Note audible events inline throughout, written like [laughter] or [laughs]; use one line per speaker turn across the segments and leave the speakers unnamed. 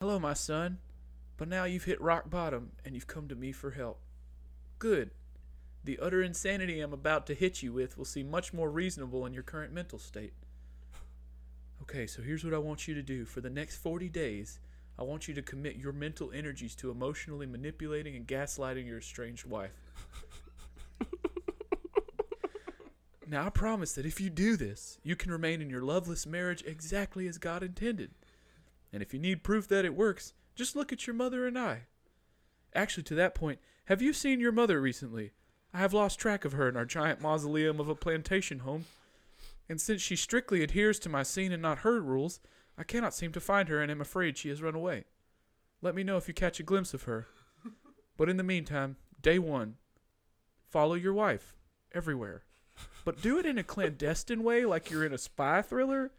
Hello, my son. But now you've hit rock bottom and you've come to me for help. Good. The utter insanity I'm about to hit you with will seem much more reasonable in your current mental state. Okay, so here's what I want you to do. For the next 40 days, I want you to commit your mental energies to emotionally manipulating and gaslighting your estranged wife. now, I promise that if you do this, you can remain in your loveless marriage exactly as God intended. And if you need proof that it works, just look at your mother and I. Actually, to that point, have you seen your mother recently? I have lost track of her in our giant mausoleum of a plantation home. And since she strictly adheres to my seen and not heard rules, I cannot seem to find her and am afraid she has run away. Let me know if you catch a glimpse of her. But in the meantime, day one, follow your wife everywhere. But do it in a clandestine way, like you're in a spy thriller.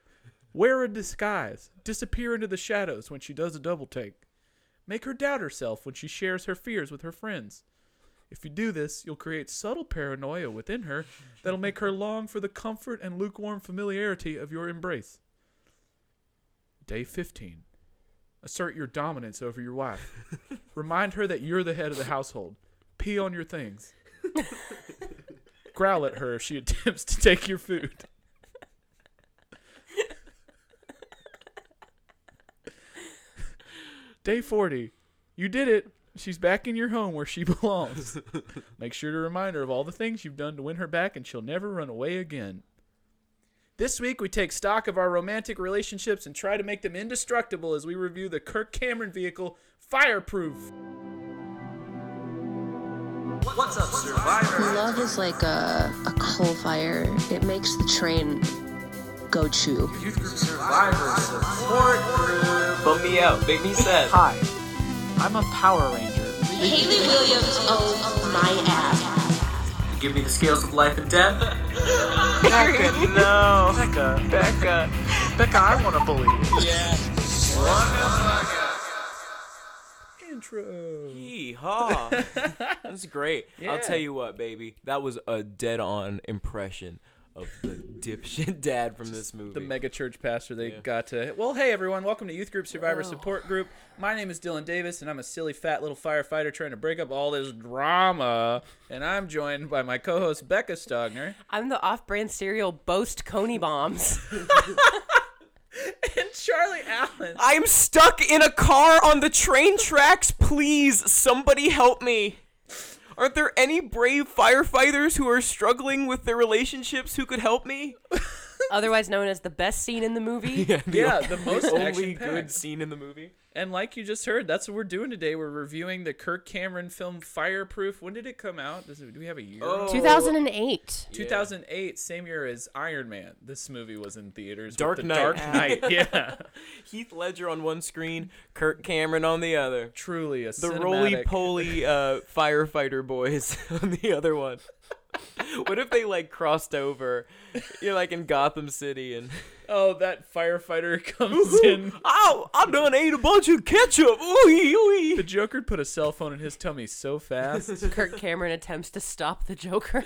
Wear a disguise. Disappear into the shadows when she does a double take. Make her doubt herself when she shares her fears with her friends. If you do this, you'll create subtle paranoia within her that'll make her long for the comfort and lukewarm familiarity of your embrace. Day 15. Assert your dominance over your wife. Remind her that you're the head of the household. Pee on your things. [laughs] Growl at her if she attempts to take your food. Day 40. You did it. She's back in your home where she [laughs] belongs. Make sure to remind her of all the things you've done to win her back, and she'll never run away again. This week, we take stock of our romantic relationships and try to make them indestructible as we review the Kirk Cameron vehicle, Fireproof.
What's up, Survivor?
Love is like a, a coal fire. It makes the train go chew.
Youth Group Survivor Support Group.
Bump me out, make me sad.
Hi, I'm a Power Ranger.
Haley Williams owns my ass.
[laughs] Give me the scales of life and death.
Becca, no. Becca, Becca, Becca, I want to believe.
Intro.
Yeehaw.
[laughs]
That's great.
Yeah.
I'll tell you what, baby. That was a dead on impression of the dipshit [laughs] dad from this movie.
The mega church pastor they got to. Well, hey, everyone. Welcome to Youth Group Survivor Support Group. My name is Dylan Davis, and I'm a silly, fat little firefighter trying to break up all this drama. And I'm joined by my co host, Becca Stogner.
I'm the off-brand cereal Boast Coney Bombs.
[laughs]
[laughs]
and Charlie Allen.
I'm stuck in a car on the train tracks. Please, somebody help me. Aren't there any brave firefighters who are struggling with their relationships who could help me?
Otherwise known as the best scene in the movie.
[laughs] Yeah,
[laughs]
the most
only
action-packed.
good scene in the movie.
And like you just heard, that's what we're doing today. We're reviewing the Kirk Cameron film Fireproof. When did it come out? Does it, do we have a year?
Oh,
Oh. 2008.
2008, same year as Iron Man. This movie was in theaters. with
Dark
the
Knight. [laughs]
Dark Knight. Yeah.
Heath Ledger on one screen, Kirk Cameron on the other.
Truly a
The
cinematic-
roly poly uh, firefighter boys [laughs] on the other one. what if they like crossed over? You're like in Gotham City and [laughs]
Oh, that firefighter [laughs] comes in.
oh, I done ate a bunch of ketchup. Ooh,
The
ooh.
Joker put a cell phone in his tummy so
[laughs]
fast
Kirk Cameron attempts to stop the Joker.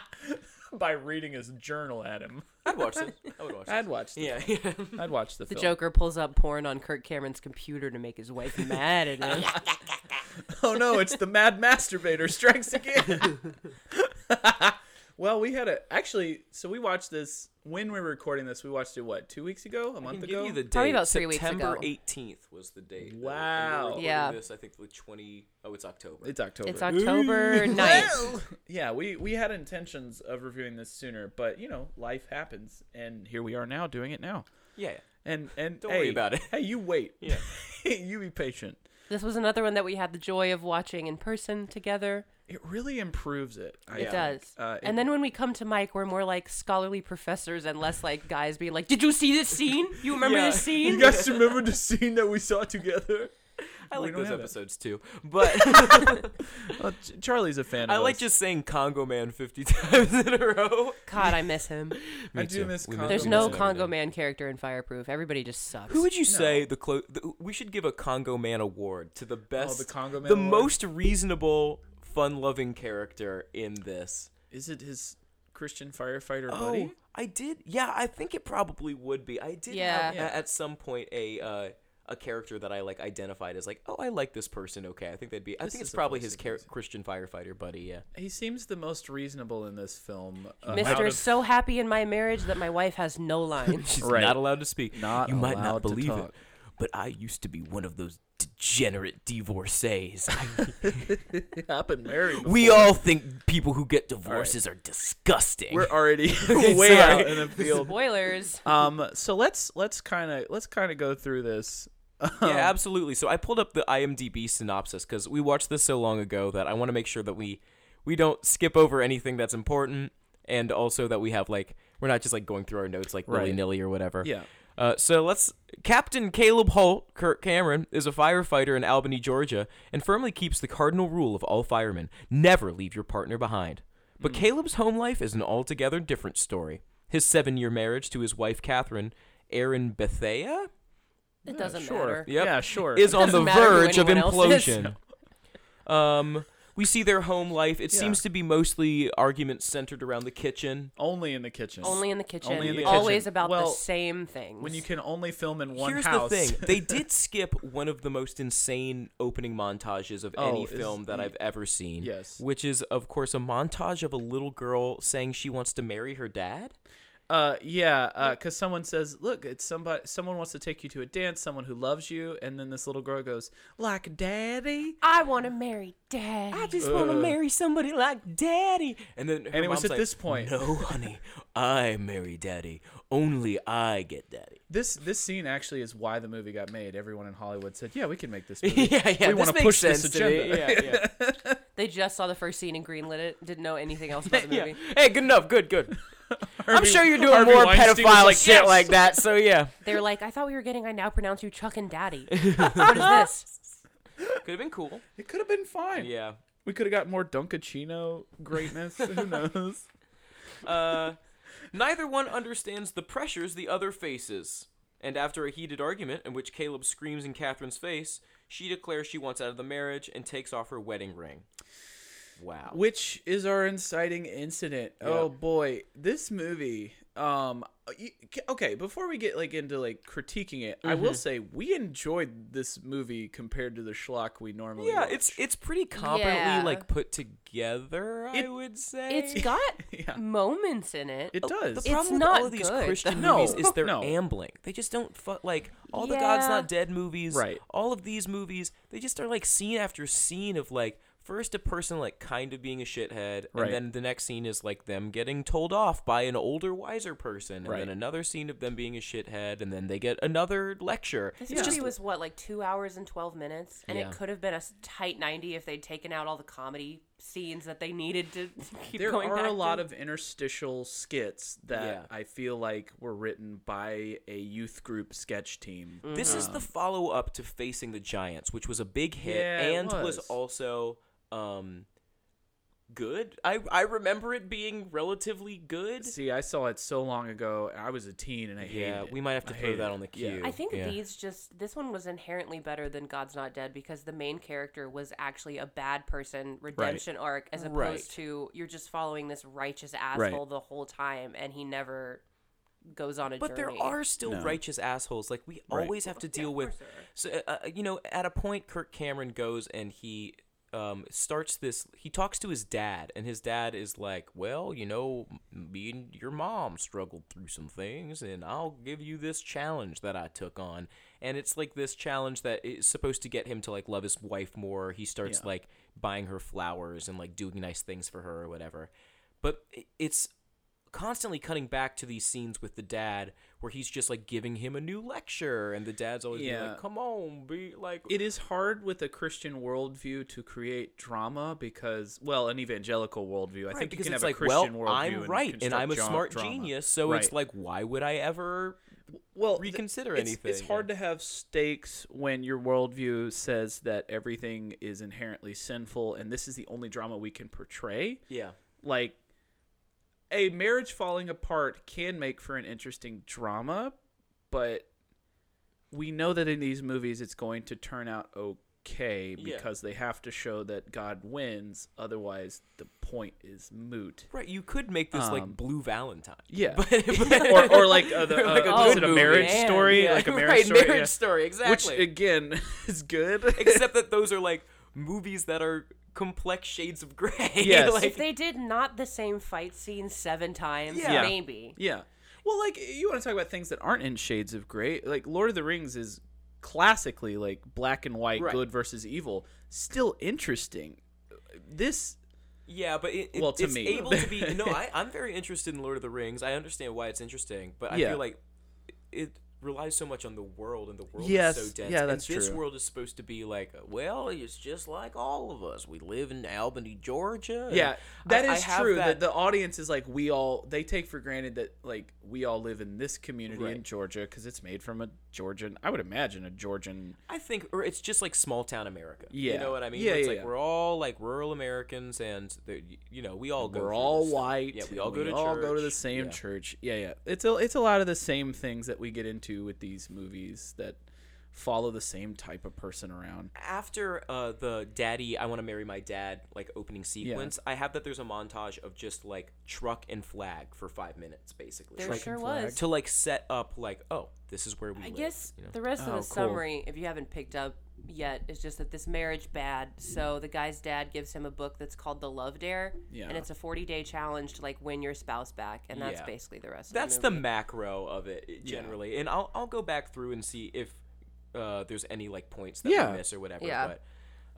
[laughs]
by reading his journal at him.
I'd watch this. I would watch this.
I'd watch the,
[laughs] Yeah, yeah.
I'd watch the,
the
film.
Joker pulls up porn on Kirk Cameron's computer to make his wife mad at [laughs] him.
oh no, it's the mad masturbator strikes again.
[laughs]
[laughs] well, we had a actually, so we watched this when we were recording this. We watched it what two weeks ago, a
I
month
can
ago.
give you the date.
Probably about three weeks
September
ago.
18th was the date. that we- and we're
Wow.
recording
Yeah.
This I think the 20. Oh, it's October.
it's October.
it's October 9th.
yeah, we we had intentions of reviewing this sooner, but you know, life happens, and here we are now doing it now.
yeah.
And and
Don't worry
hey,
about it.
Hey, you wait.
Yeah.
[laughs] you be patient.
This was another one that we had the joy of watching in person together.
It really improves it. I
It
think.
does.
Uh, it-
and then when we come to Mike, we're more like scholarly professors and less like guys being like, "Did you see this scene? You remember
Yeah.
this scene?"
you guys remember the scene that we saw together?
I like
don't
those
have it.
episodes too, but [laughs]
Well, Oh, Ch- Charlie's a fan.
I
of
like
us.
just saying Congo Man 50 [laughs] times in a row.
God, I
[laughs]
miss him.
I do miss Congo.
There's
We
no
miss him.
Congo Man character in Fireproof. Everybody just sucks.
Who would you say the clo- the, we should give a Congo Man award to the best,
Oh, the Congo Man
the
award?
most reasonable, fun-loving character in this?
Is it his Christian firefighter buddy?
Oh, I did. Yeah, I think it probably would be. I did
Yeah.
have a- at some point a uh, a character that I like identified as like, oh, I like this person. Okay, I think they'd be. I
This
think it's
is a
probably
voice
his
of
char-
reason.
Christian firefighter buddy. Yeah.
[laughs] He seems the most reasonable in this film. uh, out of-
Mister is so happy in my marriage that my wife has no lines.
She's
Right.
not allowed to speak.
Not
you might not
allowed to
believe it,
talk.
but I used to be one of those
[laughs]
degenerate divorcees.
I've been married.
[laughs] we
before.
all think people who get divorces are disgusting.
we're already [laughs]
Okay,
way out
sorry.
in the [laughs]
[laughs]
field.
Spoilers.
Um, so let's let's kind of let's kind of go through this.
yeah,
Um,
absolutely. So I pulled up the IMDb synopsis because we watched this so long ago that I want to make sure that we we don't skip over anything that's important, and also that we have like we're not just like going through our notes like
Right.
willy nilly or whatever.
Yeah.
Uh, so let's. Captain Caleb Holt, Kirk Cameron, is a firefighter in Albany, Georgia, and firmly keeps the cardinal rule of all firemen never leave your partner behind.
Hmm.
But Caleb's home life is an altogether different story. His seven year marriage to his wife, Catherine Aaron Bethea,
It doesn't
sure.
matter.
Yep.
Yeah, sure.
is on
doesn't
the
matter who
verge of
anyone else is.
implosion. um, we see their home life. It
Yeah.
seems to be mostly arguments centered around the kitchen.
only in the kitchen.
Only in the kitchen.
Only in the
Always
kitchen.
about the
Well,
same things.
when you can only film in one
Here's
house.
the thing:
[laughs]
they did skip one of the most insane opening montages of any
Oh, is-
film that I've ever seen.
Yes.
which is, of course, a montage of a little girl saying she wants to marry her dad.
uh, yeah, because someone says, "Look, it's somebody. Someone wants to take you to a dance. Someone who loves you." And then this little girl goes, "Like daddy."
I want to marry dad.
I just want to marry somebody like Daddy. And then, her
Uh. And it was
mom's
at
like,
this point-
No, honey, I marry Daddy. Only I get Daddy.
This this scene actually is why the movie got made. Everyone in Hollywood said, [laughs] "Yeah, we can make
[laughs]
this movie.
yeah, yeah.
we want
this
to
makes
push
sense
this
to me.
agenda."
[laughs] Yeah, yeah.
They just saw the first scene and greenlit it. Didn't know anything else about the
[laughs]
[laughs]
movie.
Hey, good enough. Good, [laughs] good. I'm
Harvey-
sure you're doing
Harvey
more
Weinstein was
pedophile
like,
shit
"Yes!"
like that. So [laughs] yeah,
They're like, I thought we were getting. I now pronounce you Chuck and
[laughs]
Daddy. what is this?
could have been cool.
[laughs] It could have been fine.
Yeah.
We could have got more Dunkachino
[laughs]
greatness. Who knows?
Uh, neither one understands the pressures the other faces. And after a heated argument in which Caleb screams in Catherine's face, she declares she wants out of the marriage and takes off her wedding ring. Wow.
Which is our inciting incident? Oh boy, this movie. Um, you- okay. Before we get like into like critiquing it, I
Mm-hmm.
will say we enjoyed this movie compared to the schlock we normally.
Yeah,
watch.
it's it's pretty competently
Yeah.
like put together. I
It-
would say
It's got
Yeah.
moments in it.
it does.
The problem with
not
all of these
good,
Christian
though.
movies
[laughs]
is
No,
they're
no.
ambling. They just don't fu- like all the God's
Yeah.
Not Dead movies.
Right.
All of these movies, they just are like scene after scene of like first a person like kind of being a shithead,
Right.
and then the next scene is like them getting told off by an older, wiser person, and
Right.
then another scene of them being a shithead, and then they get another lecture.
This
It's
movie
just
was what, like two hours and twelve minutes, and
Yeah.
it could have been a s- tight ninety if they'd taken out all the comedy scenes that they needed to [laughs] keep
there
going.
are
back
a
to.
lot of interstitial skits that
Yeah.
I feel like were written by a youth group sketch team.
This is the follow up to Facing the Giants, which was a big hit
Mm-hmm. Yeah, it
and was.
was.
also um good. I I remember it being relatively good.
See, I saw it so long ago. and I was a teen and I hated
Yeah,
it.
we might have to
I
throw
hated
that
it.
on the
Yeah.
queue.
I think
Yeah.
these just this one was inherently better than God's Not Dead because the main character was actually a bad person redemption arc as opposed
Right.
to you're just following this righteous asshole the whole time and he never goes on a
But
journey.
there are still righteous assholes. Like we always have to deal with. So uh, uh, you know, at a point, Kirk Cameron goes and he um, starts this. He talks to his dad, and his dad is like, "Well, you know, me and your mom struggled through some things, and I'll give you this challenge that I took on." And it's like this challenge that is supposed to get him to like love his wife more. He starts
Yeah.
like buying her flowers and like doing nice things for her or whatever. But i- it's constantly cutting back to these scenes with the dad where he's just like giving him a new lecture and the dad's always being
Yeah.
like come on be like
It is hard with a Christian worldview to create drama because, well, an evangelical worldview. I
Right,
think
because
you can
it's
have
like
a Christian
well
worldview.
i'm right and
construct
i'm a
dra-
smart
drama.
genius so it's
Right.
like why would i ever
well, th-
reconsider
it's-
anything
It's hard to have stakes when your worldview says that everything is inherently sinful and this is the only drama we can portray.
yeah
like a marriage falling apart can make for an interesting drama, but we know that in these movies it's going to turn out okay
Yeah.
because they have to show that God wins, otherwise the point is moot.
Right, you could make this
Um,
like Blue Valentine.
yeah.
[laughs] but,
[laughs]
but-
or,
[laughs]
or like uh, the, uh,
Like a
uh, is
good
it a
movie.
marriage
Man,
story?
yeah.
Like
[laughs]
a marriage
right,
story,
Marriage
yeah.
story, exactly.
which again [laughs] is good.
Except that those are like movies that are complex shades of gray. [laughs]
Yes.
like,
If they did not the same fight scene seven times,
Yeah.
maybe.
Yeah. Well, like you want to talk about things that aren't in shades of gray. Like Lord of the Rings is classically like black and white,
Right.
good versus evil. Still interesting. This
yeah, but it, it-
Well, to
it's
me.
able to be.
[laughs]
No, I, I'm very interested in Lord of the Rings. I understand why it's interesting, but I
Yeah.
feel like it relies so much on the world, and the world
Yes,
is so dense.
yeah,
and
that's
This
true.
world is supposed to be like, well, it's just like all of us. We live in Albany, Georgia. and
yeah,
I-
that is
I have
true.
That,
That the audience is like we all they take for granted that like we all live in this community in
Right.
Georgia because it's made from a Georgian. I would imagine a Georgian.
I think, or it's just like small town America.
Yeah.
you know what I mean.
Yeah,
Where it's
yeah,
like
yeah.
we're all like rural Americans, and the- you know we all go.
We're
through
all
this stuff.
white.
Yeah, we
and
all go to
all go to the
church.
same
Yeah.
church. Yeah, yeah. It's a it's a lot of the same things that we get into with these movies that follow the same type of person around.
After uh, the daddy, I want to marry my dad, like opening sequence, I have that there's a montage of just like truck and flag for five minutes, basically,
There
Like,
sure was.
to like set up like, oh, this is where we
I
live.
guess
you know?
the rest of
Oh,
the
cool.
summary, if you haven't picked up yet, is just that this marriage bad. So the guy's dad gives him a book that's called The Love Dare,
Mm. Yeah.
and it's a 40 day challenge to like win your spouse back, and that's
Yeah.
basically the rest.
that's
of
the
the, movie.
macro of it it- generally, and I'll I'll go back through and see if uh, there's any like points that
Yeah.
we miss or whatever.
Yeah.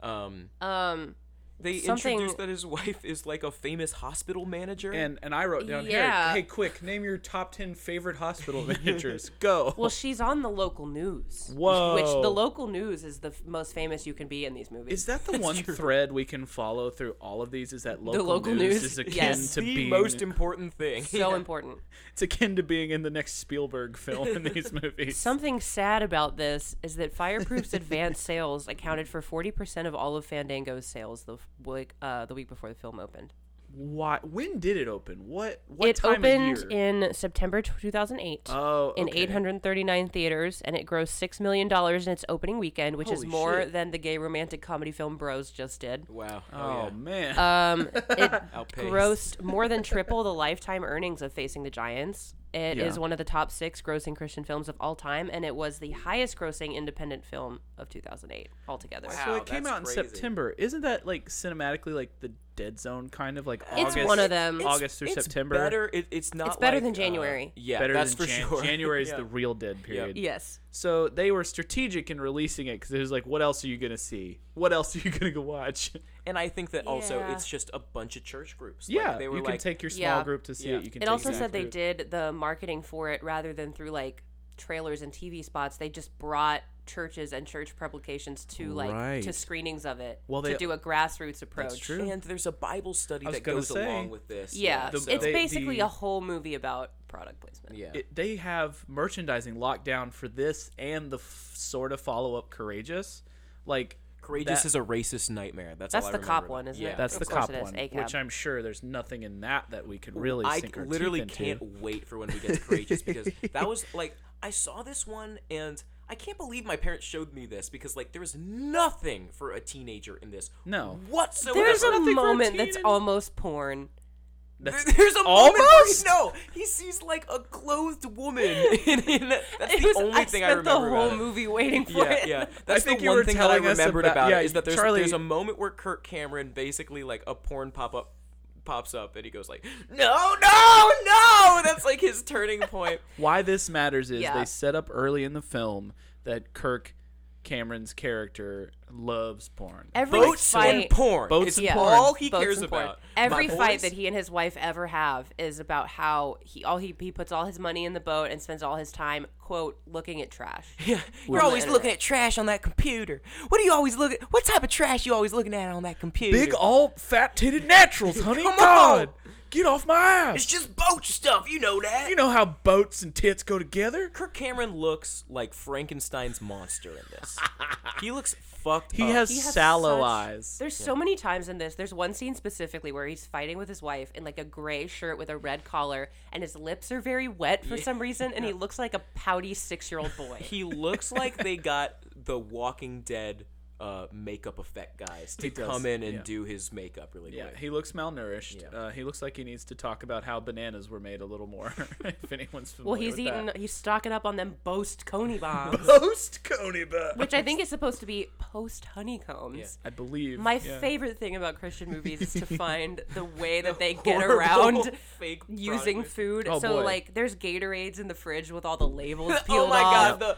But um,
um
they
Something-
introduced that his [laughs] wife is like a famous hospital manager.
And and I wrote down
Yeah.
here, hey, quick, name your top ten favorite
[laughs]
hospital managers. Go.
Well, she's on the local news.
Whoa.
Which the local news is the f- most famous you can be in these movies.
is that
[laughs]
the one thread we can follow through all of these? Is that local,
local
news,
news?
is akin
Yes.
to
the
being
most important thing. [laughs]
so important?
it's akin to being in the next Spielberg film in
[laughs]
these movies.
Something sad about this is that Fireproof's advanced [laughs] sales accounted for 40% of all of Fandango's sales the f- week, uh, the week before the film opened.
Why? When did it open? What? What
it
time
opened
of year?
in September 2008
oh,
in
okay.
839 theaters, and it grossed $6 million in its opening weekend, which is
Holy
more
shit.
than the gay romantic comedy film Bros just did.
Wow.
Oh,
yeah.
man.
Um,
[laughs]
it
Outpaced.
grossed more than triple the lifetime earnings of Facing the Giants. It is
Yeah.
one of the top six grossing Christian films of all time, and it was the highest grossing independent film of 2008 altogether.
Wow.
so it came
that's
out in
crazy.
September. Isn't that like cinematically like the dead zone kind of like
It's
August?
one of them.
August through
it's
September.
Better. It, it's not.
Mm-hmm. It's better
like,
than
uh,
January.
yeah,
Better
that's
than
for
Jan-
sure. [laughs]
January is [laughs]
Yeah.
the real dead period.
Yes.
So they were strategic in releasing it because it was like, what else are you gonna see? What else are you [laughs] gonna go watch?
and I think that also
Yeah.
it's just a bunch of church groups. Like,
yeah,
they were
you
like,
can take your small
Yeah.
group to see
Yeah.
it. You can.
It
take
also
your
said they
group.
did the marketing for it rather than through like trailers and TV spots. They just brought churches and church publications to like to
Right.
screenings of it
Well,
to
they-
do a grassroots approach.
true.
And there's a Bible study
I was
that
gonna
goes
say.
along with this.
Yeah,
The-
so-
it's
they-
basically
the-
a whole movie about product placement.
yeah.
It- they have merchandising locked down for this and the f- sort of follow up Courageous, like
Courageous
that-
is a racist nightmare. That's
That's
all I
the cop
remember.
one, isn't
yeah.
it?
That's
Of
the
course
cop
it is,
one,
ACAB.
which I'm sure there's nothing in that that we could really
I
sink our
literally
teeth
can't
into.
wait for when we get to Courageous
[laughs]
because that was like I saw this one and I can't believe my parents showed me this because like there was nothing for a teenager in this
No.
whatsoever.
There's a
nothing for a
moment
teen
that's
and-
almost [laughs] porn.
That's
There-
[laughs]
There's a moment where he,
Almost?
no, he sees like a clothed woman. and, and that- that's
It
the
was-
only thing I
spent
remember.
the whole
about it.
movie waiting for
Yeah,
it.
yeah. That's
think
the
you
one
were
thing that I
telling us
remembered
about-
about,
yeah,
it is that there's
Charlie-
there's a moment where Kirk Cameron basically like a porn pop up pops up and he goes like, no, no, no. That's like his turning point.
Why this matters is
Yeah.
they set up early in the film that Kirk Cameron's character loves porn.
Every
Boats
fight,
and porn.
Boats
it's
and porn.
all he
boats
cares
and porn.
about.
Every
My
fight
boys-
that he and his wife ever have is about how he all he he puts all his money in the boat and spends all his time quote looking at trash.
Yeah. You're always looking at trash on that computer. What do you always look at? What type of trash you always looking at on that computer?
Big all fat titted [laughs] naturals, honey.
Come
God,
on.
get off my ass.
It's just boat stuff. You know that.
You know how boats and tits go together.
Kirk Cameron looks like Frankenstein's monster in
[laughs]
this. he looks fucked
He
up.
has
He has
sallow
such-
eyes.
There's so many times in this. There's one scene specifically where he's fighting with his wife in like a gray shirt with a red collar, and his lips are very wet for some reason, and he looks like a pouty six year old boy.
he looks like they got the Walking Dead uh, makeup effect guys to
He does,
come in and
yeah.
do his makeup really
Yeah,
quick.
he looks malnourished.
Yeah.
Uh, he looks like he needs to talk about how bananas were made a little more. [laughs] if anyone's familiar
Well, he's
with
eating.
that.
He's stocking up on them boast coney bombs,
post Coney Buck.
which I think is supposed to be post honeycombs.
I believe
My
yeah.
favorite thing about Christian movies
[laughs]
is to find the way that they get
Horrible
around
[laughs] fake
using
product.
food.
Oh,
so
boy.
like, there's Gatorades in the fridge with all the labels
[laughs]
peeled
Oh my god,
off.
the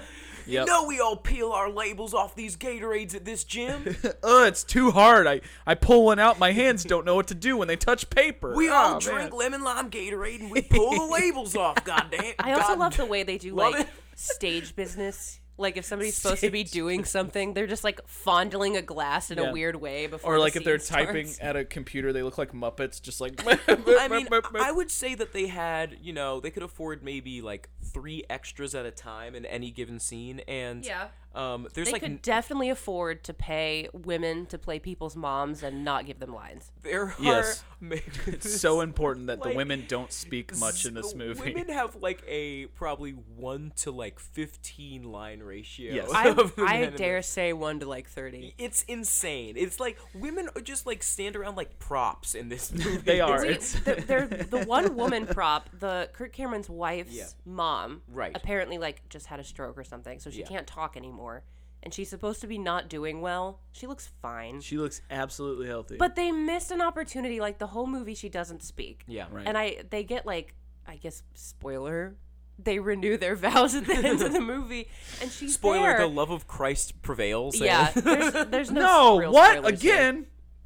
you
Yep.
know we all peel our labels off these Gatorades at this gym.
[laughs] Ugh, uh, it's too hard. I, I pull one out. My
[laughs]
hands don't know what to do when they touch paper.
We
Oh,
all
man.
drink lemon lime Gatorade
[laughs]
and we pull the labels off. Goddamn!
I also
God-
love the way they do
Love
like
it. [laughs]
stage business. Like if somebody's supposed to be doing something, they're just like fondling a glass in
Yeah.
a weird way before.
Or
the
like if they're
scene
typing
starts.
at a computer, they look like Muppets, just like.
[laughs]
[laughs]
I mean, I would say that they had, you know, they could afford maybe like three extras at a time in any given scene, and
Yeah.
um, there's
They
like
could
n-
definitely afford to pay women to play people's moms and not give them
[laughs]
lines.
[laughs] there are
Yes.
maybe [laughs]
It's so important that the
Like,
women don't speak much in this
So
movie. [laughs]
Women have like a probably one to like fifteen line ratio.
Yes.
[laughs]
I,
of the
I
men in
dare say one to like thirty.
this. It's insane. It's like women are just like stand around like props
[laughs]
in this movie.
They are.
We,
it's
the, they're, the
[laughs]
one woman prop, the Kurt Cameron's wife's
Yeah.
mom,
Right.
Apparently, like just had a stroke or something, so she
Yeah.
can't talk anymore, and she's supposed to be not doing well. She looks fine,
she looks absolutely healthy.
but they missed an opportunity. Like the whole movie, she doesn't speak.
Yeah. Right.
and I they get like I guess spoiler. They renew their [laughs] vows at the end
[laughs]
of the movie, and she's
Spoiler:
there.
The love of Christ prevails.
yeah,
and-
there's,
[laughs]
there's no
no,
real
what
spoilers here.
again?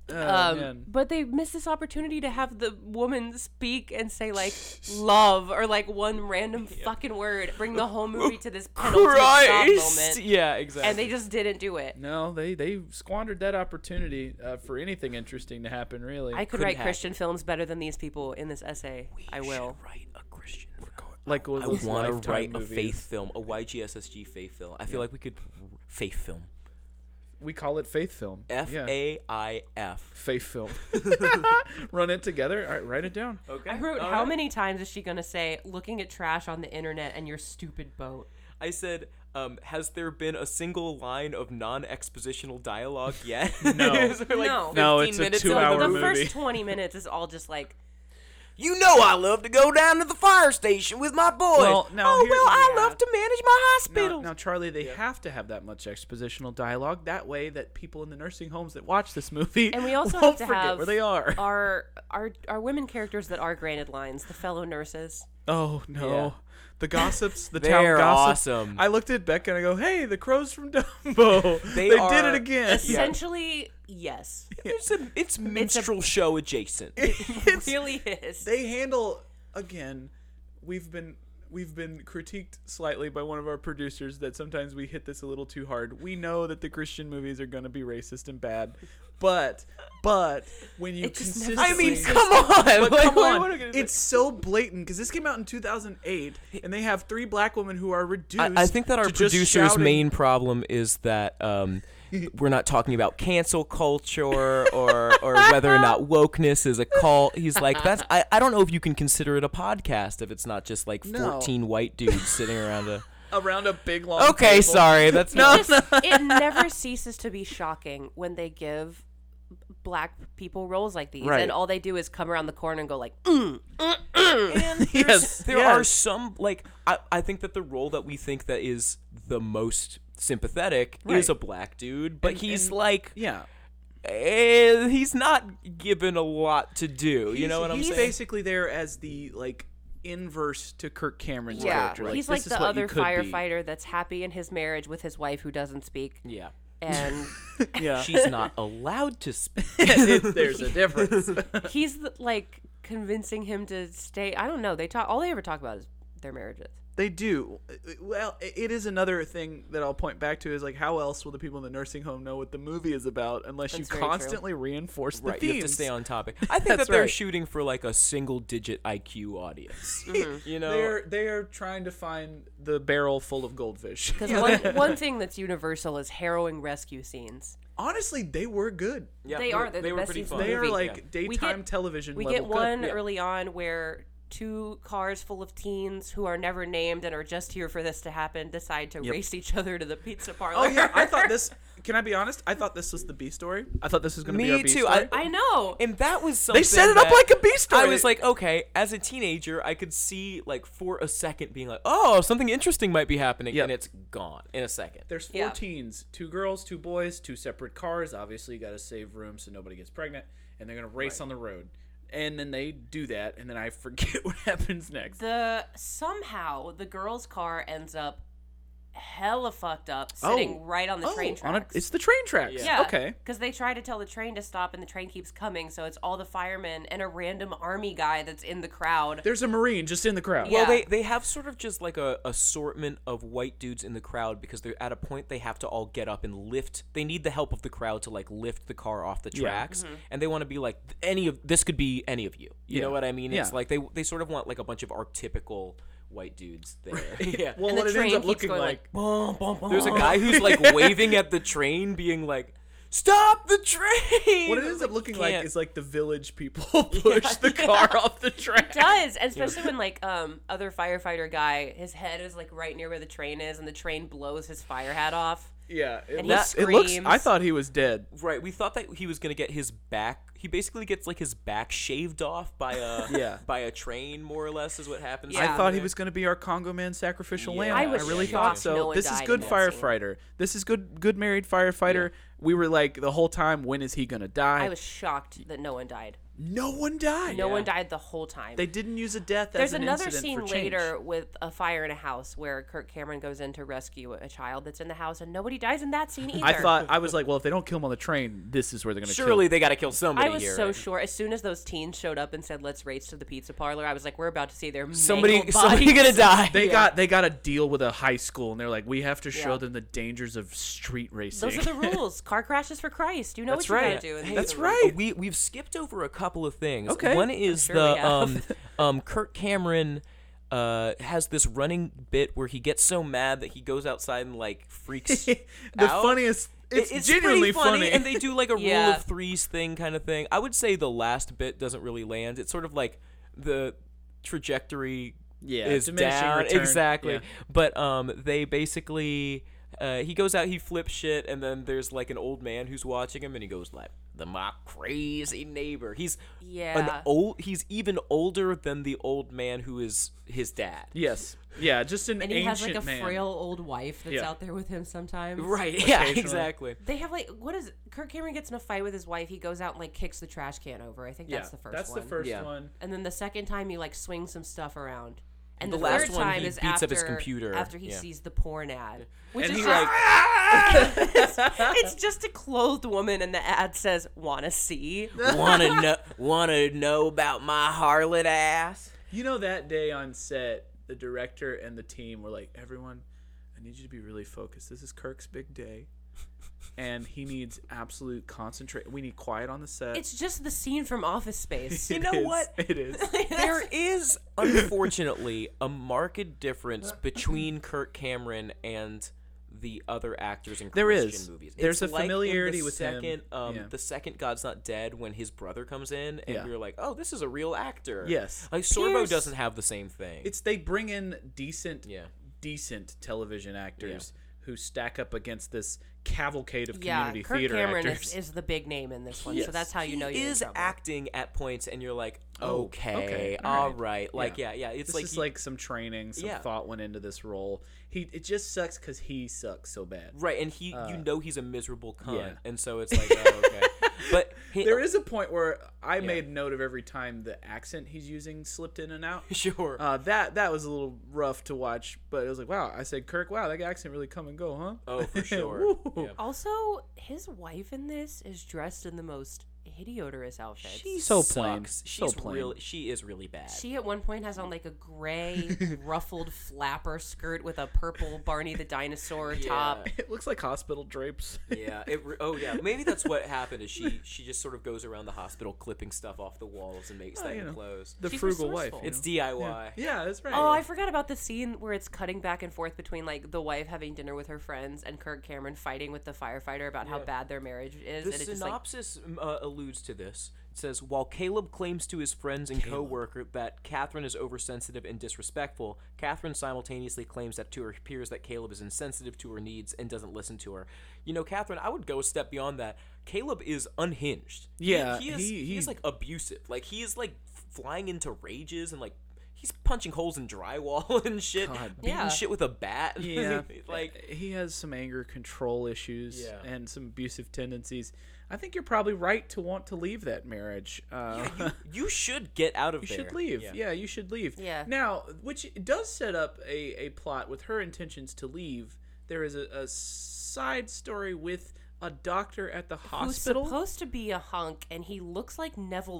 Oh,
Uh,
Um,
man.
but they miss this opportunity to have the woman speak and say like love or like one
[laughs]
random fucking word, bring the whole movie to this penultimate sob
Christ. [laughs]
moment,
Yeah, exactly.
and they just didn't do it.
No, they they squandered that opportunity uh, for anything interesting to happen. Really,
I could
couldn't
write
hack
Christian films better than these people in this essay. I will.
write a Christian.
like
I
want
want to write a faith film, a YGSSG faith film. I feel like we could faith film.
We call it faith film.
F
yeah.
A I F.
faith film. [laughs] Run it together. All right, write it down.
Okay.
I wrote, how many times is she gonna say looking at trash on the internet and your stupid boat?
I said, um, has there been a single line of non-expositional
[laughs]
dialogue yet?
No.
Is there, like,
No.
15
No, it's a
minutes
two
into the
hour
the
movie?
movie. [laughs]
first twenty minutes is all just like
[laughs] You know I love to go down to the fire station with my boys.
Well, now
oh
here-
well, I
yeah.
love to manage my
[laughs]
Now,
hospital.
now, Charlie, they have to have that much expositional dialogue. That way, that people in the nursing homes that watch this movie [laughs]
And we also
won't
have to
forget
have
where they are.
Our our our women characters that are granted lines, the fellow nurses.
[laughs] Oh no.
Yeah.
The gossips, the
They're
town gossips.
awesome.
I looked at Becca and I go, "Hey, the crows from [laughs] Dumbo. They,
They
did
are-
it
[laughs]
again."
Essentially,
[laughs]
yes.
It's a it's minstrel show adjacent.
It really is.
They handle again. We've been we've been critiqued slightly by one of our producers that sometimes we hit this a little too hard. We know that the Christian movies are going to be racist and bad, but but when you
It just never
consistently
I mean,
It's
come on.
But
Like,
come
[laughs]
what-
on,
what are we gonna do?
it's so blatant because this came out in 2008, and they have three black women who are reduced.
I, I think that our
to just
producer's
shouting-
main problem is that um, we're not talking about cancel culture or or whether or not
[laughs]
wokeness is a cult. He's like, that's I, I don't know if you can consider it a podcast if it's not just like
No.
fourteen white dudes sitting around
[laughs]
a.
around a big long.
Okay,
table.
[laughs] sorry, that's
It
not.
just-
[laughs]
it never ceases to be shocking when they give black people roles like these,
Right.
and all they do is come around the corner and go like, mm.
[laughs] Yes,
[laughs] there
yes.
are some like I, I think that the role that we think that is the most sympathetic is
Right.
a black dude, but
And-
he's
and-
like
Yeah,
eh, he's not given a lot to do. you know what I'm
he's
saying?
basically there as the like inverse to Kirk Cameron's character.
he's
like,
like
this
the
is what you
other
could be.
firefighter that's happy in his marriage with his wife who doesn't speak,
yeah.
[laughs] and
[laughs] Yeah,
She's [laughs] not allowed to speak.
[laughs] It- there's a difference.
he's like convincing him to stay. I don't know. They talk. All they ever talk about is their marriages.
[laughs] they do. Well, i- it is another thing that I'll point back to is like how else will the people in the nursing home know what the movie is about unless
That's
you
very true.
constantly reinforce the
right,
themes?
you have to stay on [laughs] topic. I think that they're
right.
shooting for like a single digit IQ [laughs] audience.
Hmm.
You know,
They're they are trying to find the barrel full of goldfish. [laughs]
Because one, one thing that's universal is harrowing rescue scenes.
Honestly, they were good.
Yeah,
they are. They're the best scenes in the
They are
movie.
like
We get-
daytime television.
We
level
get one
good. Yeah.
early on where two cars full of teens who are never named and are just here for this to happen decide to race each other to the pizza parlor.
Oh
[laughs]
yeah, I thought this Can I be honest? I thought this was the B story. I thought this was going to be
Me
our B
too.
story.
I,
I know.
and that was something
They set it up
that-
like a B story.
I was like, okay, as a teenager, I could see like for a second being like, oh, something interesting might be happening,
Yep.
and it's gone in a second.
There's four
Yeah.
teens, two girls, two boys, two separate cars. Obviously, you got to save room so nobody gets pregnant, and they're gonna race on the road. And then they do that, and then I [laughs] forget what happens next.
The somehow the girl's car ends up hella fucked up, sitting
Oh.
right on the train
on a-
tracks.
it's the train tracks.
yeah,
Okay.
Because they try to tell the train to stop, and the train keeps coming, so it's all the firemen and a random army guy that's in the crowd.
There's a marine just in the crowd.
Yeah.
Well, they, they have sort of just like a assortment of white dudes in the crowd because they're at a point they have to all get up and lift. They need the help of the crowd to like lift the car off the
Yeah. Mm-hmm.
tracks, and they want to be like any of this could be any of you. You
Yeah.
know what I mean? It's
Yeah.
like they they sort of want like a bunch of archetypical white dudes
[laughs]
there. [laughs] yeah.
Well,
And the
what it
train
ends up
keeps
looking
going
like,
There's a guy
[laughs]
who's like waving at the train, being like, "Stop the train!"
what it ends up looking like
can't.
is like the village
[laughs]
people [laughs] push the car off the track. [laughs]
does, and especially when like um other firefighter guy, his head is like right near where the train is, and the train blows his fire hat off.
Yeah, it
And he
looks. It looks. I
screams.
thought he was dead.
Right, we thought that he was gonna get his back. He basically gets like his back shaved off by a [laughs]
Yeah.
by a train, more or less, is what happens.
Yeah.
I thought he was going to be our Congo man sacrificial
Yeah.
lamb. I,
I was
really thought
shocked
so.
no one
this is
died
good
in that scene.
firefighter. This is good good married firefighter. We were like the whole time, when is he going to die?
I was shocked that no one died.
no one died.
No one died the whole time.
They didn't use a death
There's
as an
another
incident
scene
for change.
later with a fire in a house where Kirk Cameron goes in to rescue a child that's in the house, and nobody dies in that scene either.
I thought I was like, well, if they don't kill him on the train, this is where they're going to kill.
Surely they gotta kill somebody
I was
here.
so
right?
sure. As soon as those teens showed up and said, "Let's race to the pizza parlor," I was like, "We're about to see their
[laughs]
somebody,
mangled
somebody
bodies."
gonna die.
They got they got to deal with a high school, and they're like, we have to show
Yeah.
them the dangers of street racing.
Those are
[laughs]
the rules. Car crashes for Christ. You know
That's
what you
right.
gotta do. and these
That's
are the rules.
right. We we've skipped over a couple of things.
Okay.
One is
sure we
the um
have.
um Kirk Cameron uh has this running bit where he gets so mad that he goes outside and like [laughs] freaks
the
out.
funniest. It's,
It- pretty
genuinely funny.
and they do like
[laughs]
a rule
Yeah.
of threes thing kind of thing. I would say the last bit doesn't really land. It's sort of like the trajectory
Yeah,
is
diminishing
down
return.
exactly.
Yeah.
But um, they basically uh, he goes out, he flips shit, and then there's like an old man who's watching him, and he goes like, "The my crazy neighbor." He's
Yeah.
an old. He's even older than the old man who is his dad.
yes, yeah, just an
And he
ancient
has like a
man.
frail old wife that's
Yeah.
out there with him sometimes.
Right. [laughs] Yeah.
Occasionally. [laughs]
Exactly.
They have like what is Kirk Cameron gets in a fight with his wife. He goes out and like kicks the trash can over. I think
yeah,
that's the first
That's
one.
the first
Yeah.
one.
And then the second time he like swings some stuff around. And
The
the,
last
third
one,
time
he
is
beats
after
up his computer.
after he
Yeah.
sees the porn ad, which
And
is
he,
just,
like-
[laughs] it's just a clothed woman, and the ad says "wanna see."
wanna know? Wanna know about my harlot ass?
You know, that day on set, the director and the team were like, everyone, I need you to be really focused. This is Kirk's big day. And he needs absolute concentration. We need quiet on the set.
It's just the scene from Office Space.
You
[laughs] It
know
is-
what?
[laughs] It is. [laughs]
there is unfortunately a marked difference between Kirk Cameron and the other actors in
There
Christian
is.
movies.
There's a
like in the
familiarity with him.
second, Um,
Yeah.
The second God's Not Dead when his brother comes in, and
Yeah.
you're like, oh, this is a real actor.
Yes.
Like Sorbo
Pierce-
doesn't have the same thing.
It's they bring in decent,
Yeah.
decent television actors who stack up against this cavalcade of
[laughs] yeah,
community
Kirk
theater
Cameron
actors.
is, is the big name in this one,
Yes.
so that's how you know
he
you're
is
in trouble.
acting at points, and you're like,
Oh,
okay,
okay, all
all
right.
right. Like,
Yeah.
yeah, yeah.
[laughs]
It's
this
like
is
he-
like some training, some
Yeah.
thought went into this role. He it just sucks because he sucks so bad.
right, and he, you know, he's a miserable cunt,
uh, yeah.
and
[laughs]
so it's like, oh, okay. But he,
There is a point where I made note of every time the accent he's using slipped in and out.
[laughs] [laughs] sure.
Uh, that that was a little rough to watch, but it was like, wow. I said, Kirk, wow, that accent really come and go, huh?
Oh,
[laughs]
for sure.
Woo.
Yeah.
Also, his wife in this is dressed in the most hideous outfits.
She
So
sucks.
plain. So
She's
plain.
Really, she is really bad.
She at one point has on like
[laughs]
a gray ruffled flapper skirt with a purple Barney the dinosaur top.
It looks like hospital drapes.
yeah. It, re- oh yeah. Maybe that's what happened. Is she
[laughs]
she just sort of goes around the hospital clipping stuff off the walls and makes
Oh,
them
you know.
clothes.
[laughs] The
She's
frugal wife.
resourceful.
you
It's
know?
DIY.
yeah, that's right.
Oh, I forgot about the scene where it's cutting back and forth between like the wife having dinner with her friends and Kirk Cameron fighting with the firefighter about how bad their marriage is.
The
and it's just like
synopsis um, uh, alludes to this. It says while Caleb claims to his friends and co-worker that Catherine is oversensitive and disrespectful, Catherine simultaneously claims that to her peers that Caleb is insensitive to her needs and doesn't listen to her. You know, Catherine, I would go a step beyond that. Caleb is unhinged. He-
Yeah,
he, is.
he-
He, is
he-
like abusive. Like he is like flying into rages and like. He's punching holes in drywall [laughs] and shit, beating
Yeah.
shit with a bat.
Yeah,
[laughs] like
like he has some anger control issues
Yeah.
and some abusive tendencies. I think you're probably right to want to leave that marriage. Uh, [laughs]
you, you should get out of
you
there.
should leave. Yeah. you should leave.
Yeah.
Now, which does set up a, a plot with her intentions to leave. There is a, a side story with a doctor at the hospital.
Who's supposed to be a hunk, and he looks like Neville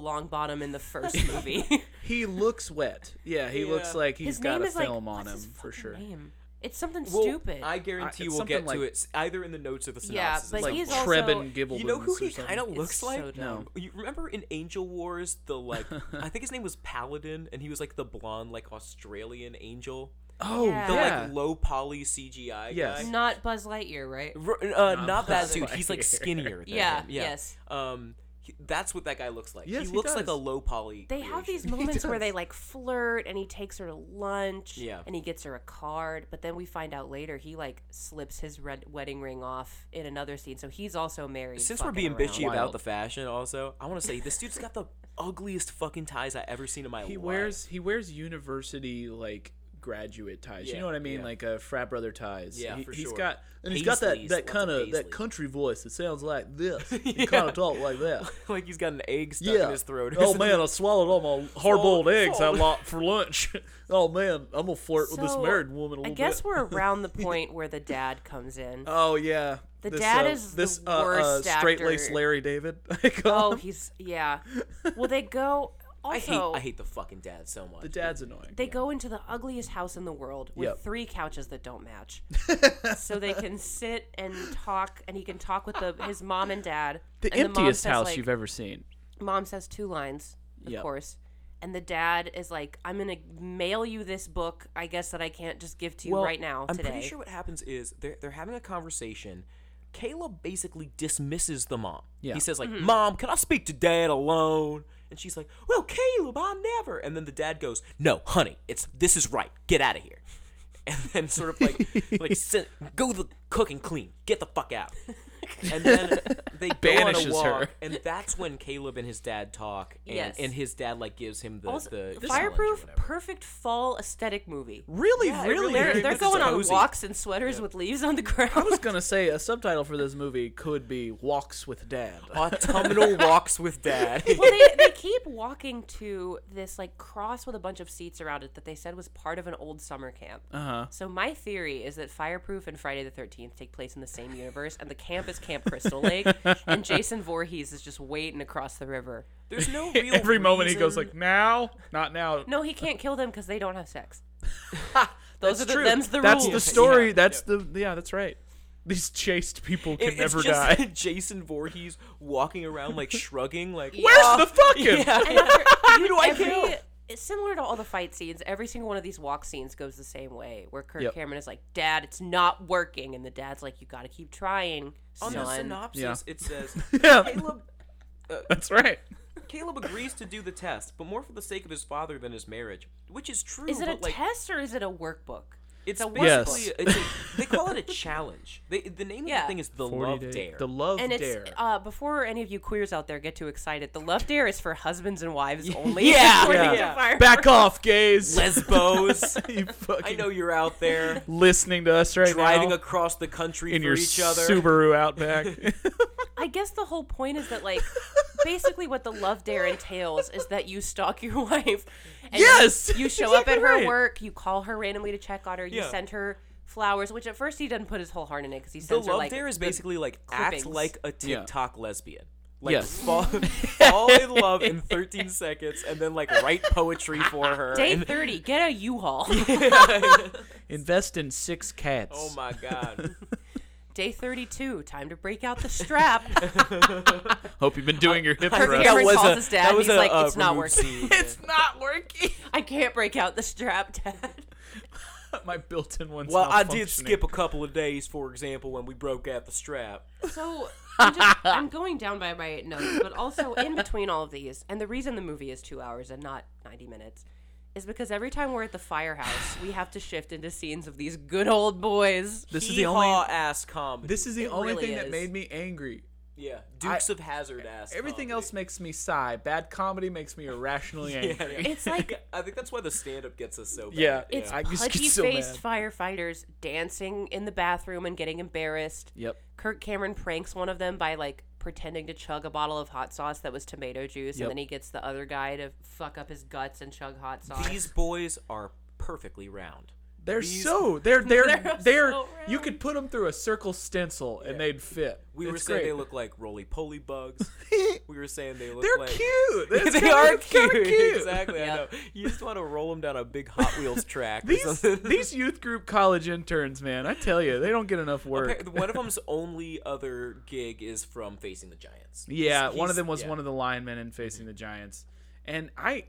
[laughs]
Longbottom in the first movie.
he looks wet. Yeah, he looks like he's
his
got
name
a
is like
film on
what's
him
his
for
fucking
sure.
name? It's something
Well,
stupid.
I guarantee
I- it's
we'll get
something
to
like-
it s- either in the notes or the
Yeah,
synopsis.
but
Like
he's also
Trebin Gibblebins
you know who
or
he
something.
kind of looks
so
like?
dumb.
You remember in Angel Wars the like I think his name was Paladin and he was like the blonde like Australian angel,
Oh,
Yeah.
the
yeah.
like low poly CGI
Yes.
guy.
not Buzz Lightyear, right?
R- uh, not, that
Buzz
dude. He's like
Lightyear.
skinnier. Than
Yeah,
him. yeah.
yes.
Um, he- that's what that guy looks like.
Yes,
he
he
looks like
does.
a low poly.
They
[laughs]
have
creation.
these moments where
does.
they like flirt, and he takes her to lunch,
Yeah.
and he gets her a card. But then we find out later he like slips his red wedding ring off in another scene, so he's also married.
Since we're
fucking
being
around.
bitchy about the fashion, also, I want to say this dude's got the ugliest fucking ties I ever seen in my
He
life.
wears he wears university like graduate ties.
Yeah,
you know what I mean,
yeah.
like uh, frat brother ties.
Yeah,
he,
for
has
sure.
got and he's got that
Paisleys,
that
lots of
kind of that
paisley.
country voice that sounds like
[laughs]
this. He kind of talk like that.
like he's got an egg stuck
Yeah.
in his throat.
[laughs]
or [laughs]
Oh
something.
man, I swallowed all my hard-boiled
Swallowed-
eggs I
swallowed.
lot for lunch. [laughs] oh man, I'm gonna flirt with this
So,
married woman a
I
little
guess
bit.
[laughs]
we're around the point where the dad comes in.
Uh,
Oh yeah,
The
this,
dad
uh,
is the
this uh,
worst
uh, straight-laced
actor.
Larry David. [laughs] I call
Oh,
him.
he's yeah.
[laughs]
Well, they go.
um, I hate
Also,
I hate the fucking dad so much.
the dad's annoying.
They go into the ugliest house in the world with
Yep.
three couches that
[laughs]
don't match, so they can sit and talk, and he can talk with the, his mom and dad.
the
and
emptiest
the mom
house
says, like,
you've ever seen.
Mom says two lines, of
Yep.
course, and the dad is like, "I'm gonna mail you this book. I guess that I can't just give to you
Well,
right now
I'm
today."
pretty sure what happens is they're they're having a conversation. Caleb basically dismisses the mom.
Yeah.
He says like,
Mm-hmm.
"Mom, can I speak to Dad alone?" And she's like, "Well, Caleb, I never." And then the dad goes, "No, honey, it's this is right. Get out of here." [laughs] And then sort of like
[laughs]
like send, go the cook and clean. Get the fuck
[laughs]
out. And then they go on a
Banishes her.
walk, and that's when Caleb and his dad talk, and,
Yes.
and his dad like gives him the,
Also,
the challenge or
fireproof,
whatever.
perfect fall aesthetic movie.
Really,
Yeah, it
really,
really
They're,
Very
they're
much
going on
cozy.
walks in sweaters with leaves on the ground.
[laughs] I was gonna say a subtitle for this movie could be "Walks with [laughs] Dad."
[laughs] autumnal walks with dad.
[laughs]
well, they, they keep walking to this like cross with a bunch of seats around it that they said was part of an old summer camp. Uh-huh. So my theory is that Fireproof and Friday the Thirteenth take place in the same universe, and the camp is Camp Crystal Lake,
[laughs]
and Jason Voorhees is just waiting across the river.
There's no
[laughs]
real
Every moment he goes
reason-
like, "Now, not now."
No, he can't kill them because they don't
[laughs]
have sex. [laughs] Those are the, them's the
that's
rules.
the story. That's the yeah. That's right. These chaste people can
It-
never
it's just
[laughs]
die.
[laughs] Jason Voorhees walking around like shrugging, like
Where's [laughs]
"Yeah."
the fucking?
[laughs]
And every-
Who do I
every-
kill?
it's Similar to all the fight scenes, every single one of these walk scenes goes the same way, where Kirk
Yep.
Cameron is like, "Dad, it's not working," and the dad's like, "You got to keep trying,
On
son."
the synopsis,
Yeah.
it says
[laughs] Yeah.
Caleb
That's right.
Caleb agrees to do the test, but more for the sake of his father than his marriage, which is true.
is it a
but, like,
test or is it a workbook?
It's
a
basically
Yes.
it's a, they call it a challenge. They, the name of
Yeah.
the thing is the
40
love
day-
dare.
The love
And it's
dare.
uh, before any of you queers out there get too excited, the love dare is for husbands
[laughs]
and wives only. [laughs]
Yeah.
According to
Yeah.
Fire-
Back off,
[laughs]
gays.
Lesbos,
[laughs] you
I
fucking
know you're out there
listening to us right
driving
now
across the country
in
for
your
each other.
Subaru Outback.
[laughs]
[laughs]
I guess the whole point is that like. Basically, what the love dare entails is that you stalk your [laughs] wife. And you-
Yes!
[laughs]
You show
Exactly
up at her
right.
work. You call her randomly to check on her. You
Yeah.
send her flowers, which at first he doesn't put his whole heart in it because he
The
sends her
love
like
dare is
the-
basically like
clippings.
act like a TikTok lesbian. Like
Yes. [laughs]
fall, fall in love in 13 seconds and then like write poetry for
[laughs]
her.
Day
and- [laughs]
30, get a U-Haul.
Invest in six cats.
oh my
[laughs]
god.
[laughs] Day 32, time to break out
[laughs]
the strap.
Hope you've been doing your hip thrust.
Cameron calls his dad and
was
he's
a,
like,
uh,
it's not
removed
working.
scene.
[laughs]
not working.
I can't break out the strap, Dad.
[laughs] my built-in one's
Well,
not
I did
functioning.
[laughs]
skip a couple of days, for example, when we broke out the strap.
So I'm, just- I'm going down by my notes, but also in between all of these, and the reason the movie is two hours and not 90 minutes is because every time we're at the firehouse, we have to shift into scenes of these good old boys.
This
is the only-
ass comedy.
This is the
It
only
really
thing that
is.
made me angry.
yeah, Dukes of Hazard ass.
Everything
comedy.
else makes me sigh. Bad comedy makes me irrationally angry.
Oh, [laughs] Yeah, yeah.
It's like
I think that's why the stand-up gets us so
[laughs]
bad.
Yeah.
it's
I just get
pudgy
so
faced firefighters dancing in the bathroom and getting embarrassed.
Yep.
Kirk Cameron pranks one of them by like pretending to chug a bottle of hot sauce that was tomato juice,
Yep.
and then he gets the other guy to fuck up his guts and chug hot sauce.
These boys are perfectly round.
They're so they're they're they're,
[laughs] They're so
you
round.
could put them through a circle stencil and they'd fit.
We
It's
were saying
great. [laughs]
they look like roly poly bugs. we were saying they look
They're
like [laughs]
cute. That's
they
kinda-
are
that's kinda
cute.
cute.
Exactly, I know.
Yep.
You just want to roll them down a big Hot
[laughs]
Wheels track. or [laughs]
These
something.
these youth group college interns, man, I tell you, they don't get enough work.
Appa- [laughs] one of them's only other gig is from Facing the Giants.
Yeah,
He's-
one of them was
yeah.
one of the linemen in Facing the Giants, and I.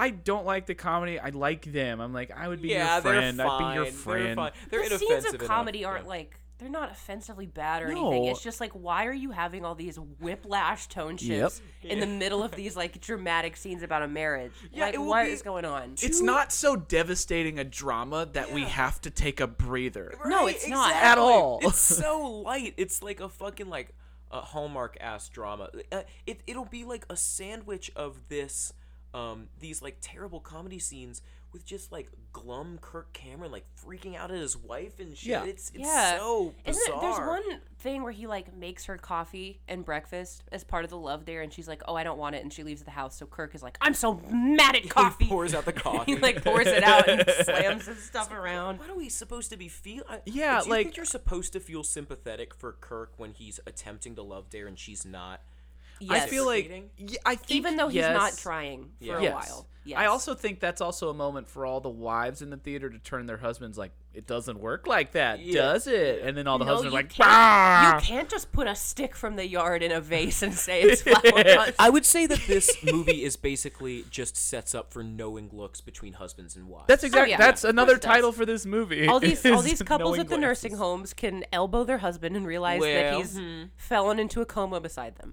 I don't like the comedy. I like them. I'm like, I would be
Yeah,
your
they're
friend. I'd be your
fine. They're,
friend.
fine. They're
the
inoffensive
scenes of
enough,
comedy
yeah.
aren't like they're not offensively bad or
No.
anything. It's just like why are you having all these whiplash tone shifts in the middle of these like dramatic scenes about a marriage?
Yeah,
like
it would
what
be-
is going on?
It's not so devastating a drama that we have to take a breather.
No, it's not.
At all. [laughs]
It's so light. It's like a fucking like a Hallmark ass drama. Uh, it it'll be like a sandwich of this um these like terrible comedy scenes with just like glum Kirk Cameron like freaking out at his wife and shit.
Yeah.
It's it's
yeah.
so
Isn't
bizarre.
it, there's one thing where he like makes her coffee and breakfast as part of the love there, and she's like, "Oh, I don't want it," and she leaves the house. So Kirk is like, "I'm so mad at coffee."
He
[laughs]
pours out the coffee.
he like pours it out and slams
[laughs]
his stuff around.
What are we supposed to be feel? I-
Yeah,
do you
like-
think you're supposed to feel sympathetic for Kirk when he's attempting to love Dare and she's not.
Yes.
I feel like
Dating?
y- I think
even though he's not
yes.
trying for
Yeah.
a
Yes.
while. Yes.
I also think that's also a moment for all the wives in the theater to turn their husbands like, it doesn't work like that,
Yeah.
does it? And then all the
No,
husbands are
you
like,
can't-
"Bah!"
You can't just put a stick from the yard in a vase and
[laughs]
say it's flower
I would say that this movie is basically just sets up for knowing looks between husbands and wives.
that's exactly
Oh, yeah.
that's
Yeah, of
another
course that's-
title for this movie.
All these
[laughs]
all
is
these couples
Knowing
at the
Glances.
nursing homes can elbow their husband and realize that
Well,
he's fallen into a coma
[laughs]
beside them.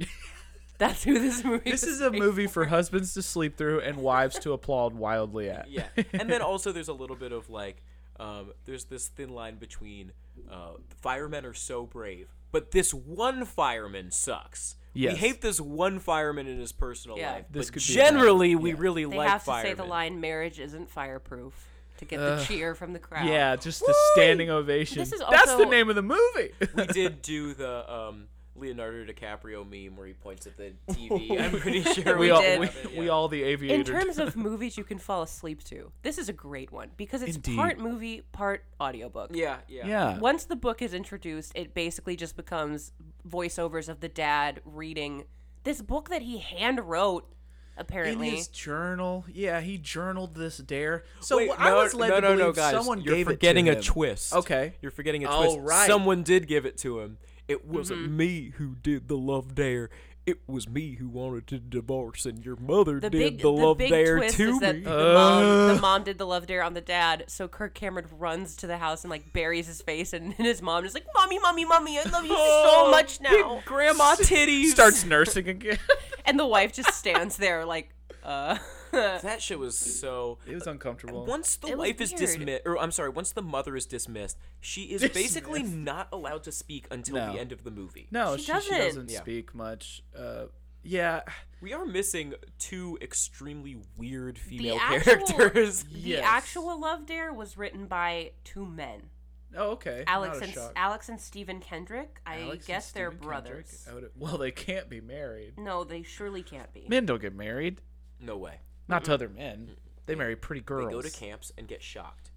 That's who this movie
This
[laughs]
is a movie for husbands to sleep through and wives to applaud wildly at. [laughs]
yeah, and then also there's a little bit of like, um, there's this thin line between uh, firemen are so brave, but this one fireman sucks.
Yes.
We hate this one fireman in his personal
Yeah.
life,
This
but
could be a bad-
generally we really
They
like
have to
firemen.
say the line "marriage isn't fireproof" to get the cheer from the crowd.
Yeah, just the standing ovation.
This is
that's the
also-
name of the
[laughs]
movie.
we did do the um, Leonardo DiCaprio meme where he points at the
[laughs]
TV. I'm pretty sure we,
all
did.
we, we all the aviator.
In terms of movies you can fall asleep to, this is a great one because it's
Indeed.
part movie, part audiobook.
Yeah, yeah.
yeah.
Once the book is introduced, it basically just becomes voiceovers of the dad reading this book that he hand wrote, apparently.
In his journal, yeah, he journaled this dare. So
Wait,
what I
no,
was led
no,
to
no,
believe
no, guys.
someone
You're
gave
forgetting
it
a
to him. [laughs]
twist.
Okay.
You're forgetting a
Oh,
twist.
right.
Someone did give it to him. It wasn't
Mm-hmm.
me who did the love dare. It was me who wanted to divorce, and your mother
the
did
big,
the,
the
love
big
dare
twist
to
is that
me.
the, mom, the mom did the love dare on the dad, so Kirk Cameron runs to the house and like buries his face, and, his mom is like, "Mommy, mommy, mommy, I love you so much now."
Grandma titties.
Starts
[laughs]
nursing
[laughs]
again.
And the wife just stands there like, "Uh." [laughs]
That shit was so.
it was uncomfortable.
Once the
It was
wife is
weird.
dismissed, or I'm sorry, once the mother is dismissed, she is basically not allowed to speak until
No.
the end of the movie.
no, she
She
she doesn't,
doesn't.
Yeah.
speak much. Uh, yeah,
We are missing two extremely weird female
actual-
characters. [laughs]
Yes.
The actual love dare was written by two men,
Oh, okay.
Alex
Not a
and
shock.
Alex and Stephen Kendrick. I
Alex and
guess they're
Stephen Kendrick?
brothers.
I would- well, they can't be married.
No, they surely can't be.
Men don't get married.
No way.
Not to other men. They marry pretty girls.
They go to camps and get [laughs] shocked.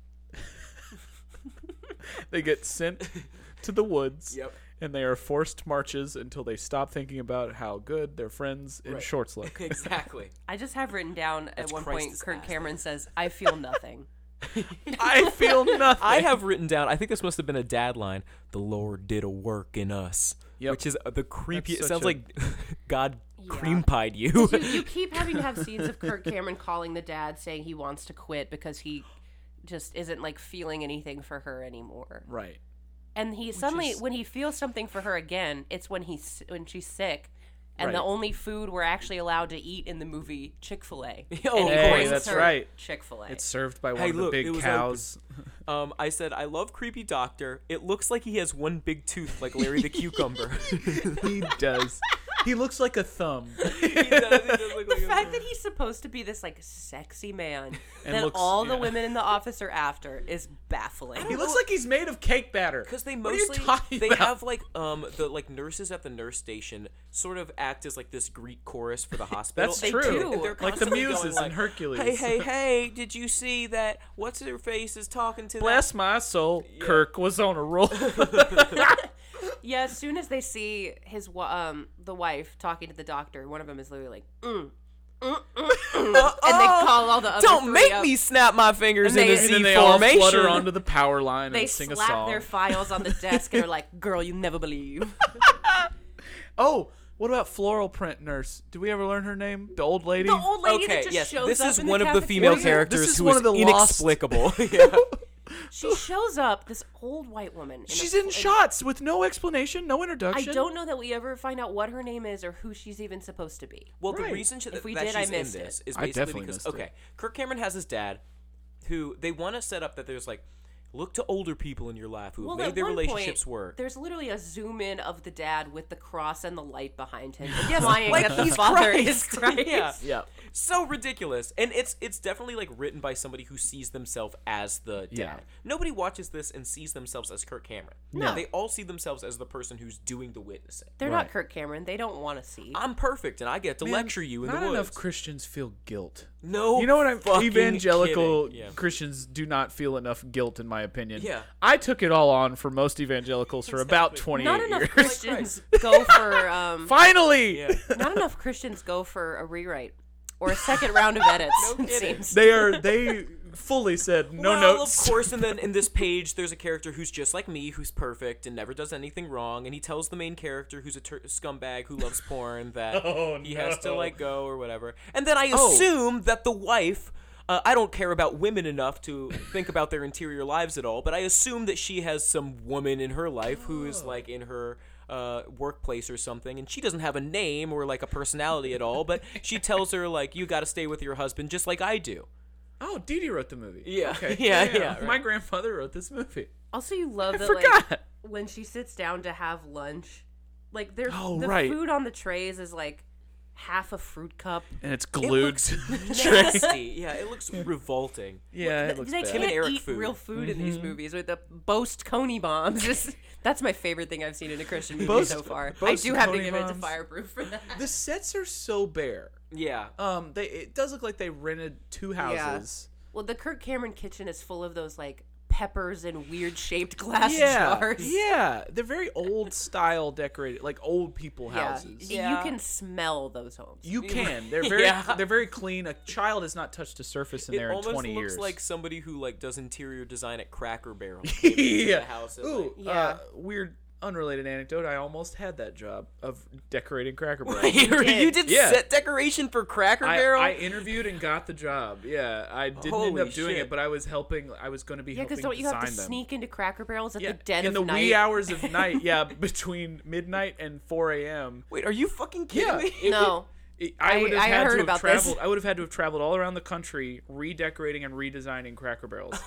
They get
[laughs]
sent to the woods.
Yep.
And they are forced marches until they stop thinking about how good their friends in
Right.
shorts look.
[laughs] exactly.
I just have written down at
That's
one
Christ's
point Kirk
ass.
Cameron says, I
[laughs]
feel nothing.
[laughs]
I feel nothing.
I have written down. I think this must have been a dad line. The Lord did a work in us,
Yep.
which is uh, the creepiest. It
such
sounds
a-
like [laughs] God
Yeah.
cream pied [laughs] you.
you, you keep having to have scenes of Kirk Cameron calling the dad saying he wants to quit because he just isn't like feeling anything for her anymore.
Right.
and he suddenly when he feels something for her again, it's when he's when she's sick. And the
Right.
only food we're actually allowed to eat in the movie, Chick
[laughs]
Fil A.
Oh, of
Hey, that's right.
Chick Fil A.
It's served by one
Hey,
of the
look, it
big
was [laughs]
cows. [laughs]
Um, I said, I love Creepy Doctor. It looks like he has one big tooth like Larry [laughs] the Cucumber.
he does. He looks like a thumb.
He does- he does look like
the
a-
fact that he's supposed to be this like sexy man
And
that
looks-
all the
yeah.
women in the office are after is baffling.
He looks like he's made of cake batter.
because they
What are you
mostly
talking
they
about?
have like um the like nurses at the nurse station sort of act as like this Greek chorus for the
[laughs]
hospital.
That's
They
true.
do.
And they're
Like
the
constantly going
Muses in
like,
Hercules. [laughs]
Hey, hey, hey! Did you see that? What's her face is talking
[laughs]
to
Bless
that?
my soul, Kirk was on a
[laughs]
roll.
Yeah, as soon as they see his wa- um the wife talking to the doctor, one of them is literally like, mm, mm, mm, mm," and they call all the other
Don't
three
make
up.
me snap my fingers
And
in a Z
they-
and then they
formation.
all flutter onto the power line
They
and sing a
slap
song.
their files on the desk and are like, [laughs] "Girl, you never believe."
oh, what about floral print nurse? Did we ever learn her name? The old lady.
[laughs] The old lady
okay,
that just
yes,
shows
this
up
is
in the
one of the
cafeteria.
female
What is it?
characters
This is
who
one
is
of the lost- [laughs]
inexplicable. [laughs] yeah.
She shows up, this old white woman. a
She's in
fl-
shots with no explanation, no
I
introduction.
don't know that we ever find out what her name is or who she's even supposed to be.
Well,
Right.
the reason she,
If
that
we
that
did, I
she's in
missed it.
this is
I
basically
definitely
because
missed it.
okay, Kirk Cameron has his dad, who they want to set up that there's like, look to older people in your life who have
Well,
made
at
their
one
relationships
point,
work.
There's literally a zoom in of the dad with the cross and the light behind him, implying that the
he's
father
Christ. [laughs]
is [laughs] Christ.
Yeah.
Yeah.
So ridiculous, and it's it's definitely like written by somebody who sees themselves as the dad.
Yeah.
Nobody watches this and sees themselves as Kirk Cameron.
No.
they all see themselves as the person who's doing the witnessing.
They're not Kirk Cameron. They don't want to see.
I'm perfect, and I get to lecture you in
Not
the woods.
enough Christians feel guilt.
no,
You know what I'm
fucking
evangelical
kidding. Yeah.
Christians do not feel enough guilt in my opinion.
Yeah.
I took it all on for most evangelicals for about 28
Not
[laughs]
enough [laughs]
years.
Christians go
[laughs]
for um,
Finally,
Yeah.
not enough Christians go for a rewrite or a second round of edits. it seems.
they are they fully said no
well,
notes. [laughs]
of course, and then in this page, there's a character who's just like me, who's perfect and never does anything wrong, and he tells the main character, who's a tur scumbag who loves
[laughs]
porn, that
Oh,
he has to like go or whatever. And then I assume that the wife. Uh, I don't care about women enough to think about their interior lives at all, but I assume that she has some woman in her life who is like in her uh, workplace or something, and she doesn't have a name or like a personality at all, but she tells her like, "You got to stay with your husband just like I do."
Oh, Dee Dee wrote the movie.
[laughs] Yeah.
Okay.
Yeah, yeah, right.
My grandfather wrote this movie.
Also, you love that like
forgot.
when she sits down to have lunch, like there's
Oh,
the
right.
food on the trays is like half a fruit cup.
And it's glued.
[laughs]
looks [laughs] nasty. Yeah, it looks revolting.
[laughs] yeah, it looks
they
bad. Mm-hmm.
Tim and
can't
Eric
eat
food.
real food in these movies with the Boast Coney bombs. [laughs] Just- that's my favorite thing I've seen in a Christian movie
Boast-
so far. I
Boast
do have to
Coney
give it to
bombs.
Fireproof for that.
The sets are so bare.
Yeah.
Um, they it does look like they rented two houses.
Well, the Kirk Cameron kitchen is full of those like peppers in weird shaped glass
Yeah,
[laughs] jars.
yeah, they're very old style decorated, like old people
Yeah.
houses.
You can smell those homes.
You
[laughs]
can. They're very
Yeah.
they're very clean. A child has not touched a surface in
It
there in
almost looks
twenty years.
like somebody who like does interior design at
[laughs]
Cracker Barrel.
yeah.
the house and,
Ooh,
like-
uh,
Yeah.
weird unrelated anecdote. I almost had that job of decorating
[laughs]
Cracker Barrel.
you
did.
did
Yeah.
set decoration for Cracker
I,
Barrel.
I interviewed and got the job. Yeah, I didn't
Holy
end up doing
shit.
it, but I was helping. I was going to be
Yeah,
helping
because don't you have to
design them.
sneak into Cracker Barrels at
yeah,
the dead
in
of
the
night?
wee hours of night.
[laughs]
Yeah, between midnight and four a.m.
Wait, are you fucking kidding
Yeah.
me?
No,
It- I
I-
would have
I
had
heard
to
about
have
this.
traveled. I would have had to have traveled all around the country, redecorating and redesigning Cracker
[laughs]
Barrels,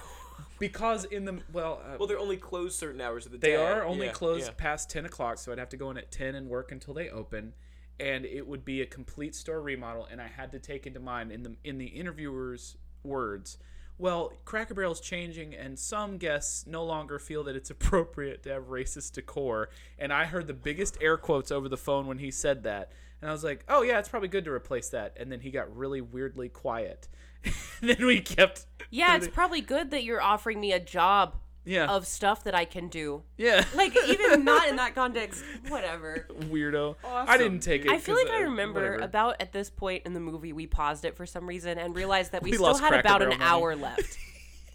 because in the well, uh,
[laughs] Well, they're only closed certain hours of the
They
day.
are only
Yeah,
closed
yeah.
past 10 o'clock, so I'd have to go in at 10 and work until they open. And it would be a complete store remodel, and I had to take into mind in the in the interviewer's words, well, Cracker Barrel's changing, and some guests no longer feel that it's [laughs] appropriate to have racist decor. And I heard the biggest air quotes over the phone when he said that, and I was like, oh yeah, it's probably good to replace that. And then he got really weirdly quiet. [laughs] and then we kept,
yeah, it's probably good that you're offering me a job
yeah,
of stuff that I can do.
yeah,
[laughs] Like even not in that context, whatever.
[laughs] weirdo. I didn't take it.
I
[laughs]
feel
'cause,
like I
uh,
remember
whatever.
about at this point in the movie we paused it for some reason and
[laughs]
realized that we,
We
still
lost
had
Cracker
about an
Barrel money. [laughs]
hour left.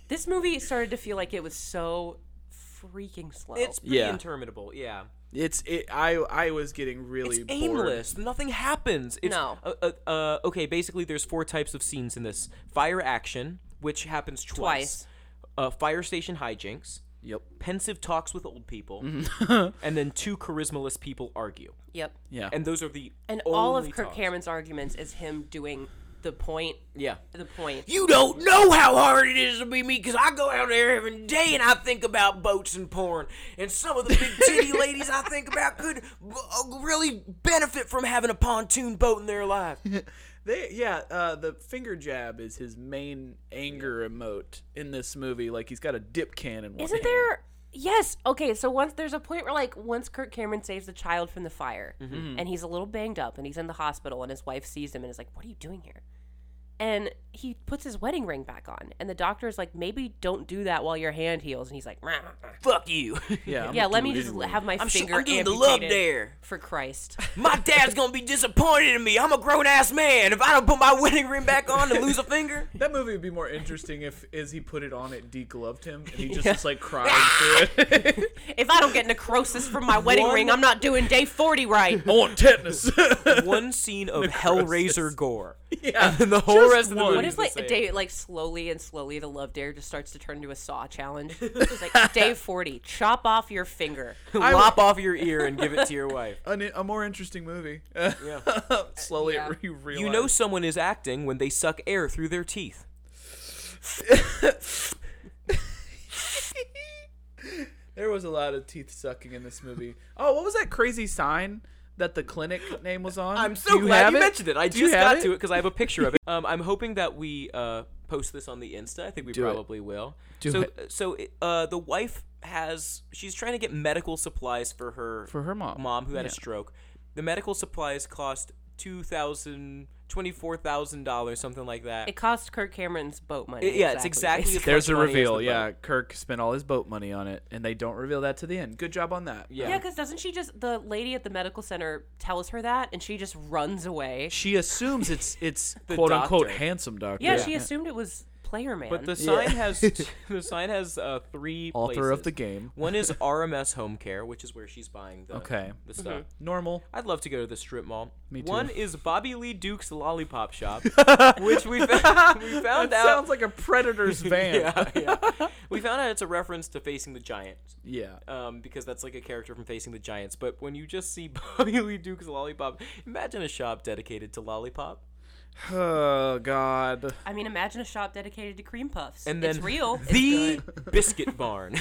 this movie started to feel like it was so freaking slow.
It's pretty
Yeah.
interminable. Yeah.
It's it. I I was getting really
It's
bored.
aimless. Nothing happens. It's,
No.
Uh, uh, uh, okay, basically, there's four types of scenes in this fire action, which happens twice,
Twice.
Uh, fire station hijinks,
Yep. Mm-hmm.
Pensive talks with old people,
[laughs]
and then two charismaless people argue,
Yep.
Yeah.
and those are the
And all of
only
Kirk
talks.
Cameron's arguments is him doing the point.
Yeah.
The point.
You don't know how hard it is to be me because I go out there every day and I think about boats and porn. And some of the big
[laughs]
titty ladies I think about could uh, really benefit from having a pontoon boat in their life.
They, yeah, uh, the finger jab is his main anger emote in this movie. Like he's got a dip cannon. one
Isn't
hand.
there? Yes. Okay. So once there's a point where like once Kirk Cameron saves the child from the fire,
Mm-hmm.
and he's a little banged up, and he's in the hospital, and his wife sees him and is like, "What are you doing here?" And he puts his wedding ring back on, and the doctor is like, "Maybe don't do that while your hand heals." And he's like, "Rah, rah, rah."
Fuck you.
Yeah. I'm
"Yeah,
gonna
let
do
me
it
just
anyway.
have my
I'm, sh-
finger
I'm doing the love
amputated
there. [laughs]
for Christ."
My dad's gonna be disappointed in me. I'm a grown ass man. If I don't put my wedding ring back on to lose a finger,
That movie would be more interesting if, as he put it on, it degloved him and he just was like
[laughs]
crying through it.
if I don't get necrosis from my wedding
One-
ring, I'm not doing day forty right.
I want
[laughs]
tetanus.
[laughs] one scene of Hellraiser [laughs] gore.
yeah.
And the whole rest of the
one.
movie.
What
What
if
is
like
the same.
day like slowly and slowly the love dare just starts to turn into a saw challenge? [laughs] It's
[laughs]
like day forty, chop off your finger.
Lop off your ear and give it to your [laughs] wife.
An, a more interesting movie. yeah. [laughs] Slowly
Yeah.
you realize.
You know someone is acting when they suck air through their teeth.
[laughs] there was a lot of teeth sucking in this movie. Oh, what was that crazy sign that the clinic name was on?
I'm so
Do
glad
have
you mentioned it. I
Do you
just
have
got to it because I have a picture
[laughs]
of it. Um, I'm hoping that we uh, post this on the Insta. I think we
it.
probably will. so, so uh, the wife has she's trying to get medical supplies for her
For her mom.
who had a stroke. The medical supplies cost two thousand twenty four thousand dollars, something like that.
It cost Kirk Cameron's boat money.
It- yeah, it's exactly as
basically.
There's
much
a
money as the
reveal.
boat.
yeah, Kirk spent all his boat money on it, and they don't reveal that to the end. Good job on that.
yeah.
Yeah, because doesn't she just the lady at the medical center tells her that, and she just runs away?
She assumes it's it's
[laughs]
quote unquote
doctor.
handsome doctor.
Yeah, she assumed it was Player Man.
But the
[laughs]
sign has the sign has uh, three
author of
places.
the game. [laughs]
One is RMS Home Care, which is where she's buying the
Okay.
the stuff.
Normal.
I'd love to go to the strip mall.
Me too.
One is Bobby Lee Duke's
[laughs]
Lollipop Shop, which we found, we found
That
out.
sounds like a
[laughs]
predator's van.
yeah,
[laughs]
yeah. We found out it's a reference to Facing the Giants,
Yeah.
um, because that's like a character from Facing the Giants. But when you just see [laughs] Bobby Lee Duke's Lollipop, imagine a shop dedicated to lollipop.
[laughs] Oh God.
I mean, imagine a shop dedicated to cream puffs.
And
it's
then
real. It's
The
good.
[laughs]
Biscuit Barn.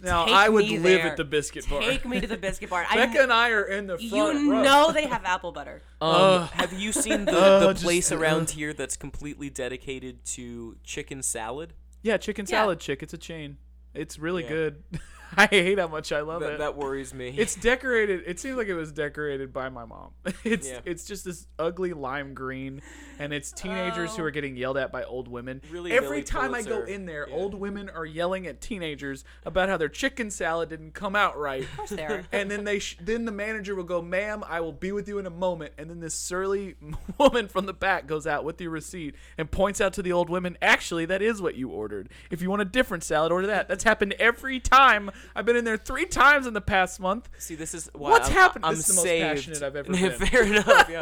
Now
Take
I would
me
live
there.
at the biscuit bar.
Take me to the
[laughs]
biscuit bar. I,
Becca and I are in the front
you
row.
know they have apple butter.
[laughs] Um, have you seen the,
Uh,
the
just-
place around
uh.
here that's completely dedicated to chicken salad?
Yeah, chicken
Yeah.
salad chick. It's a chain. It's really
Yeah.
good. [laughs] I hate how much I love
That,
it.
that [laughs] worries me.
it's decorated. It seems like it was decorated by my mom. [laughs] It's
Yeah.
it's just this ugly lime green, and it's teenagers
Oh.
who are getting yelled at by old women.
Really,
Every
Lily
time I go
Pulitzer.
in there,
Yeah.
old women are yelling at teenagers about how their chicken salad didn't come out right.
[laughs]
Of course they are.
and then they sh- then the manager will go, "Ma'am, I will be with you in a moment." And then this surly [laughs] woman from the back goes out with the receipt and points out to the old women, "Actually, that is what you ordered. If you want a different salad, order that." That's happened every time. I've been in there three times in the past month.
See, this is why
What's
I'm,
happened?
I'm
This is the most
saved.
passionate I've ever been.
[laughs] Fair enough.
[laughs]
Yeah.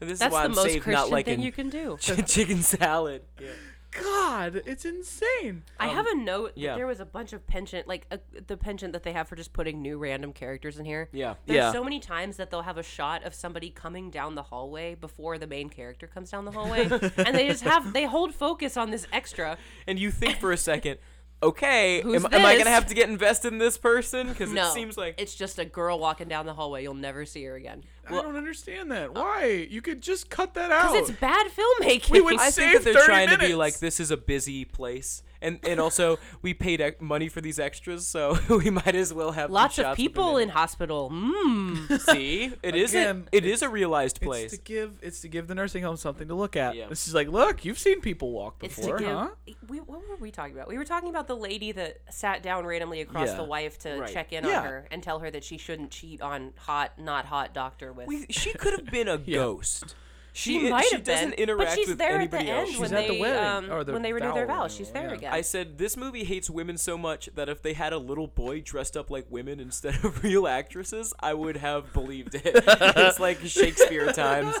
This
That's
is why
the
I'm
most
saved,
Christian
not liking
thing
[laughs]
you can do.
chicken salad. Yeah.
God, it's insane.
I have a note.
Um, yeah.
That there was a bunch of penchant, like uh, the penchant that they have for just putting new random characters in here.
Yeah.
There's
Yeah.
so many times that they'll have a shot of somebody coming down the hallway before the main character comes down the
[laughs]
hallway, and they just have they hold focus on this extra.
And you think
[laughs]
for a second, okay,
Who's
am, am I
this?
gonna have to get invested in this person? Because [laughs]
No,
it seems like
it's just a girl walking down the hallway. You'll never see her again.
I don't understand
uh,
that. Why? You could just cut that out.
Because it's bad filmmaking.
We would
I think
save
that they're
30
trying to be
minutes.
like, this is a busy place, and and also we paid ec- money for these extras, so [laughs] we might as well have
Lots
these
of
shots with
people
them
in hospital. Mmm.
in. See, it
[laughs]
is
Again,
a, it is a realized
It's
place.
to give it's to give the nursing home something to look at.
Yeah.
This is like, look, you've seen people walk
It's
before,
to give.
huh?
We, what were we talking about? We were talking about the lady that sat down randomly across
Yeah.
the wife to
Right.
check in
Yeah.
on her and tell her that she shouldn't cheat on hot, not hot doctor with.
We, she could
[laughs]
have been a ghost. She, [laughs]
she might
she
have
doesn't
been,
interact
but she's
with
there
anybody
at the
else.
end
She's
when
at
they
the wedding,
um,
or the
when they renew their
vow
vows. She's there
renewal,
again.
I said this movie hates women so much that if they had a little boy dressed up like women instead of [laughs] real actresses, I would have believed it. [laughs] it's like Shakespeare times.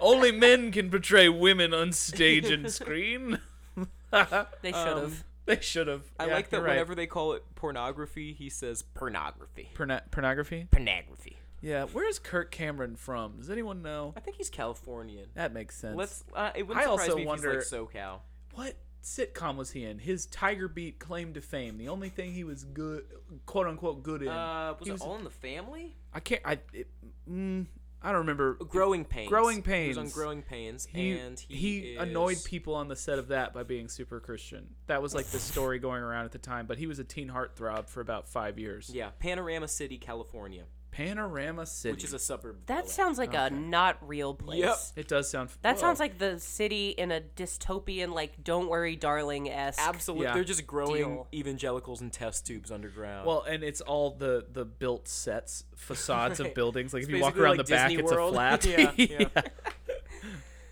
Only
[laughs]
men can portray women on stage and screen.
um,
they should have.
They should have.
I
Yeah,
like that
you're right.
whenever they call it pornography, he says pornography.
Porno- pornography.
Pornography.
Yeah, where's Kirk Cameron from? Does anyone know?
I think he's Californian.
That makes sense.
Let's. Uh, it wouldn't
I
surprise
also
me
wonder-
if he's like SoCal.
what sitcom was he in? His Tiger Beat claim to fame. The only thing he was good, quote unquote, good in.
Uh, was
He
it
was-
All in the Family?
I can't. I. It, mm, I don't remember.
Growing Pains.
Growing
He was on
Pains.
Growing Pains,
He,
and he
he annoyed
is-
people on the set of that by being super Christian. That was like
[laughs]
the story going around at the time. But he was a teen heartthrob for about five years.
Yeah, Panorama City, California,
Panorama City.
which is a suburb. of
That
LA.
sounds like a not real place.
Yep.
it does sound.
That sounds like the city in a dystopian, like "Don't Worry, Darling" esque.
absolutely.
Yeah.
They're just growing
Deal.
evangelicals and test tubes underground.
Well, and it's all the the built sets, facades of
Right.
buildings. Like
It's
if you walk
basically
around
like
the back,
Disney
it's a
World.
flat. [laughs]
[laughs] Yeah, yeah.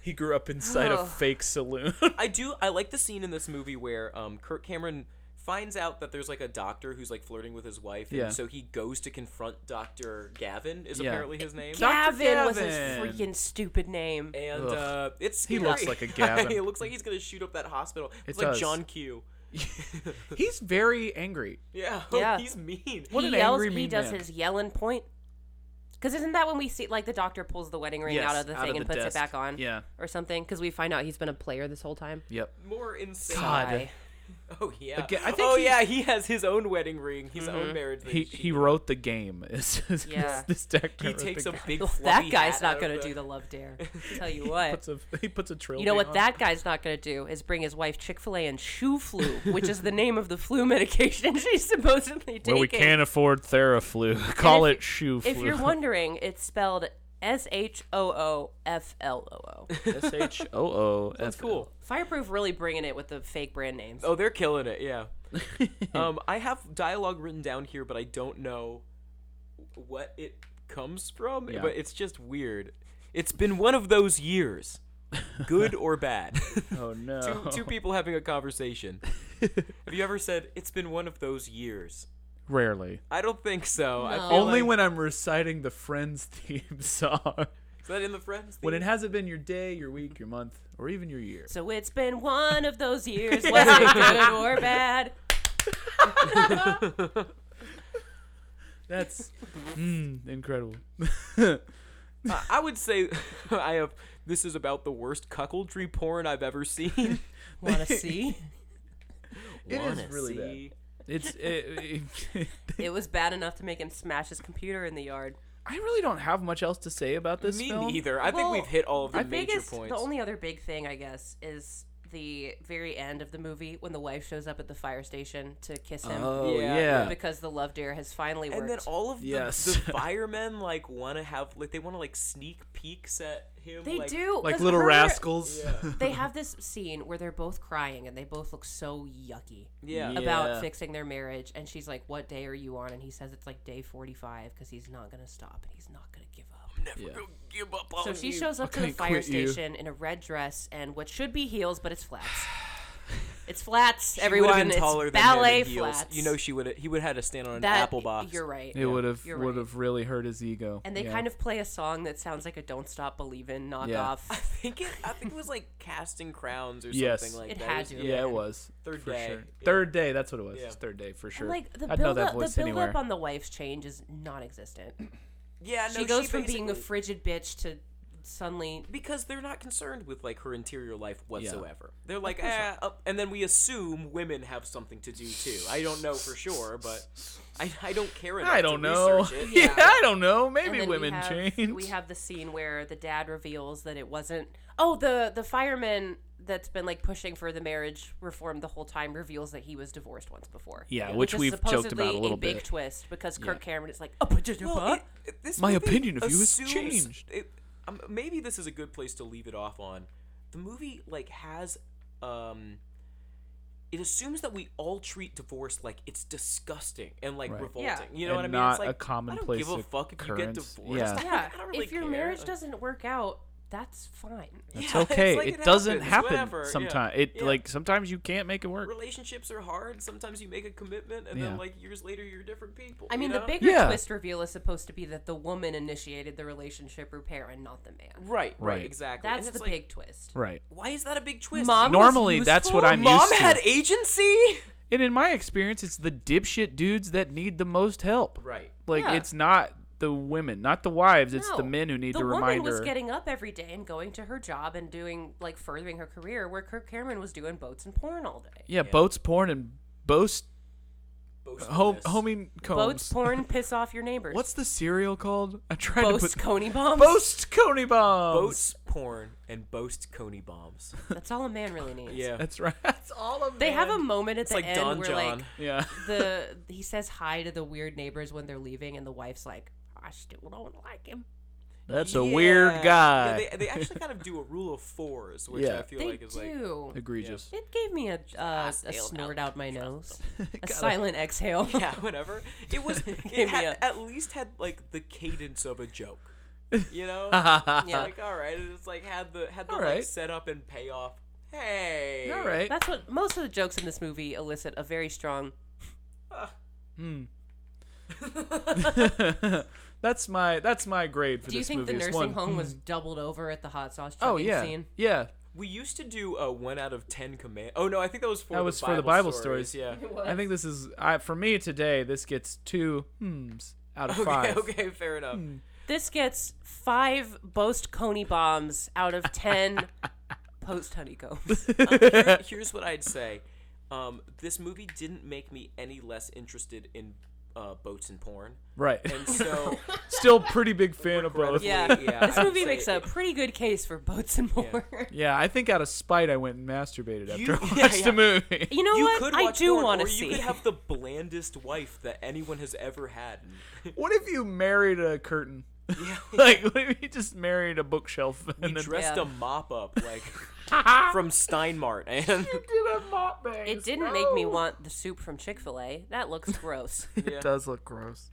He grew up inside a
Oh.
fake
[laughs]
saloon. [laughs]
I do. I like the scene in this movie where um, Kirk Cameron finds out that there's like a doctor who's like flirting with his wife, and
Yeah.
so he goes to confront Dr. Gavin. Is
Yeah.
apparently his name.
Gavin, was his
Gavin.
freaking stupid name.
and
Ugh.
uh, it's
He looks
scary.
like a
[laughs]
Gavin.
it looks like he's gonna shoot up that hospital. It's like
does. [laughs]
John Q.
He's very angry.
Yeah, [laughs]
Yeah.
he's mean.
What
he
an
yells.
angry
he
mean
does
man.
his yelling point. Because isn't that when we see like the doctor pulls the wedding ring
Yes,
out of the
out
thing
of
and
the
puts
desk.
it back on?
Yeah.
Or something? Because we find out he's been a player this whole time.
Yep.
More insane.
God.
Oh yeah.
Again, I think
oh
he- Mm-hmm.
yeah, he has his own wedding ring, his own marriage ring.
He he wrote the game. [laughs] Is is-
Yeah.
is this deck?
He takes a
[laughs]
[laughs]
big.
Well,
fluffy
that guy's
hat
not
out
gonna
of
do the love dare. Tell you what.
Puts a, [laughs] he puts a trilby.
You know what
on.
that guy's not gonna do is bring his wife Chick Fil A
[laughs]
and Shoe Flu, which is the name of the flu medication [laughs] she's supposedly taking.
Well, we can't afford Theraflu. [laughs] Call
if-
it shoe flu. [laughs]
If you're wondering, it's spelled S H O O F L O O.
S [laughs] H O
[laughs]
O. That's
Cool.
Fireproof really bringing it with the fake brand names.
Oh, they're killing it.
[laughs]
Yeah. um, I have dialogue written down here, but I don't know what it comes from.
Yeah.
But it's just weird. It's been one of those years,
[laughs]
good or bad.
Oh no. [laughs]
two, two people having a conversation. have you ever said it's been one of those years?
Rarely.
I don't think so. I feel
Only
like-
when I'm reciting the Friends theme [laughs] song.
is that in the Friends.
when
theme?
it hasn't been your day, your week, your month, or even your year.
So it's been one of those years, was it good or bad? [laughs]
That's mm, incredible.
I- I would say [laughs] I have. This is about the worst cuckoldry porn I've ever seen.
Wanna see?
[laughs] It is really
See?
bad.
[laughs]
It's. It, it- [laughs]
It was bad enough to make him smash his computer in the yard.
I really don't have much else to say about this
Me
film.
neither. I think
Well,
we've hit all of the,
the
major
biggest,
points.
the only other big thing, I guess, is the very end of the movie when the wife shows up at the fire station to kiss him
Oh
Yeah.
yeah.
because the love dare has finally worked.
and then all of the,
Yes.
the [laughs] firemen like want to have like they want to like sneak peeks at him.
they
like,
do
Like
'cause
little
her-
rascals. [laughs]
They have this scene where they're both crying and they both look so yucky
Yeah.
Yeah.
about fixing their marriage. And she's like, "What day are you on?" And he says it's like day forty-five because he's not gonna stop and he's not gonna give up.
Never gonna give up on
So she
you.
shows up to the
can't
fire
quit you.
station in a red dress and what should be heels, but
[sighs]
it's flats. It's flats,
She would've
[laughs] everyone.
been taller
it's
than him in
ballet
heels.
flats.
You know she would he would have had to stand on an
That-
apple box.
You're right.
It would have
You're
would
right.
have really hurt his ego.
And they kind of play a song that sounds like a "Don't Stop Believin'"
Yeah.
knockoff.
[laughs] I think it I think it was like casting crowns or
Yes.
something like
It
that.
had
was-
to have
Yeah, it
been.
was.
Third
for
day.
sure.
Yeah.
Third day. That's what it was.
Yeah.
It's third day for
And,
sure.
Like the
I'd know
build
that
up,
voice
the build
anywhere.
up on the wife's change is
[clears throat]
non-existent.
Yeah, no,
she goes from being a
basically-
frigid bitch to suddenly
because they're not concerned with like her interior life whatsoever. They're like, eh, up, and then we assume women have something to do too. I don't know for sure, but I, I don't care enough.
[laughs] I
to
don't know.
[laughs] research it.
[laughs] Yeah, I don't know.
and
Maybe
then we
women
have-
change.
We have the scene where the dad reveals that it wasn't. Oh, the the fireman that's been like pushing for the marriage reform the whole time reveals that he was divorced once before.
Yeah, which
is
we've joked about
supposedly
a little
big
bit.
twist because Kirk Cameron is like, oh, but did you
Well,
what?
it- it- this
My
movie
opinion of you has
assumes-
changed.
It, um, maybe this is a good place to leave it off on. The movie like has um it assumes that we all treat divorce like it's disgusting and like
Right.
revolting. You know
And
what I mean?
not
it's like
a commonplace
I don't give a fuck if you get
occurrence.
divorced.
Yeah.
I don't-
yeah,
I don't really
if your
care.
marriage
Like,
doesn't work out, that's fine. [laughs]
It's
It's okay. it, doesn't happen
Whatever, yeah.
sometimes. It
Yeah.
like sometimes you can't make it work.
relationships are hard. Sometimes you make a commitment, and
Yeah.
then like years later, you're different people.
I mean,
you
the
know?
bigger
Yeah.
twist reveal is supposed to be that the woman initiated the relationship repair and not the man.
right, right,
Right.
exactly.
That's
and
the
it's like,
big twist.
Right.
Why is that a big twist?
Mom was
Normally, that's what
useful?
I'm
Mom
used to.
had agency.
and in my experience, it's the dipshit dudes that need the most help.
Right.
Like
Yeah.
it's not the women, not the wives. It's the
No.
men who need
the
the
woman
reminder.
was getting up every day and going to her job and doing like furthering her career, where Kirk Cameron was doing boats and porn all day.
yeah, boats, porn, and boast home, homing combs.
Boats, porn, piss off your neighbors. [laughs]
What's the cereal called? I tried
boats,
to put
coney bombs?
boast coney bombs.
Boats, porn, and boast Coney bombs.
[laughs] That's all a man really needs.
Yeah.
That's
[laughs]
right. That's all of
They have a moment at
It's
the
like
end
Don
where
John.
like
Yeah.
[laughs] the he says hi to the weird neighbors when they're leaving, and the wife's like, "I still don't like him."
That's a
Yeah.
weird
Yeah,
guy.
they, they actually kind of do a rule of fours, which
Yeah.
I feel
They
like is like
do.
Egregious.
It gave me a uh, a
Exhale
snort
out.
out my nose, a
[laughs]
silent exhale.
[laughs] yeah, whatever. It
[laughs]
was
me
it had,
a-
at least had like the cadence of a joke.
[laughs]
You know? yeah. Like all right, it's like had the had the
Uh-huh. All
like
right.
setup and payoff. Hey.
All right.
That's what most of the jokes in this movie elicit a very strong.
[laughs] that's my that's my grade for
Do you
this
think the
movie. It's
nursing
one.
home
Mm-hmm.
was doubled over at the hot sauce
Oh
chugging
yeah,
scene?
yeah.
We used to do a one out of ten command. Oh no, I think that was for
That
the
was
Bible
for the Bible
stories.
stories.
Yeah.
[laughs]
I think this is I, for me today. This gets two hmms out of
Okay,
five.
[laughs] okay, fair enough.
Hmm.
This gets five boast coney bombs out of
[laughs]
ten post honeycombs.
Here- here's what I'd say. Um, this movie didn't make me any less interested in uh, boats and porn.
Right.
And
[laughs]
so
[laughs] Still pretty
[laughs]
big fan of both.
Yeah.
Yeah,
Yeah,
this
I would
movie
say
makes a pretty good case for boats and more.
[laughs]
Yeah, I think out of spite I went and masturbated after
You-
I
[laughs] yeah,
watched
yeah.
the movie.
You know
you
what?
could
I
watch
do
porn,
want
or
to
You
see.
could have the blandest wife that anyone has ever had.
[laughs] What if you married a curtain? [laughs] like what if you just married a bookshelf
And
and
[laughs]
then
[laughs] dressed
Yeah.
a mop up
[laughs]
like from Steinmart, and
[laughs]
[laughs]
It didn't make me want the soup from Chick Fil A.
[laughs]
That looks gross.
it does look gross.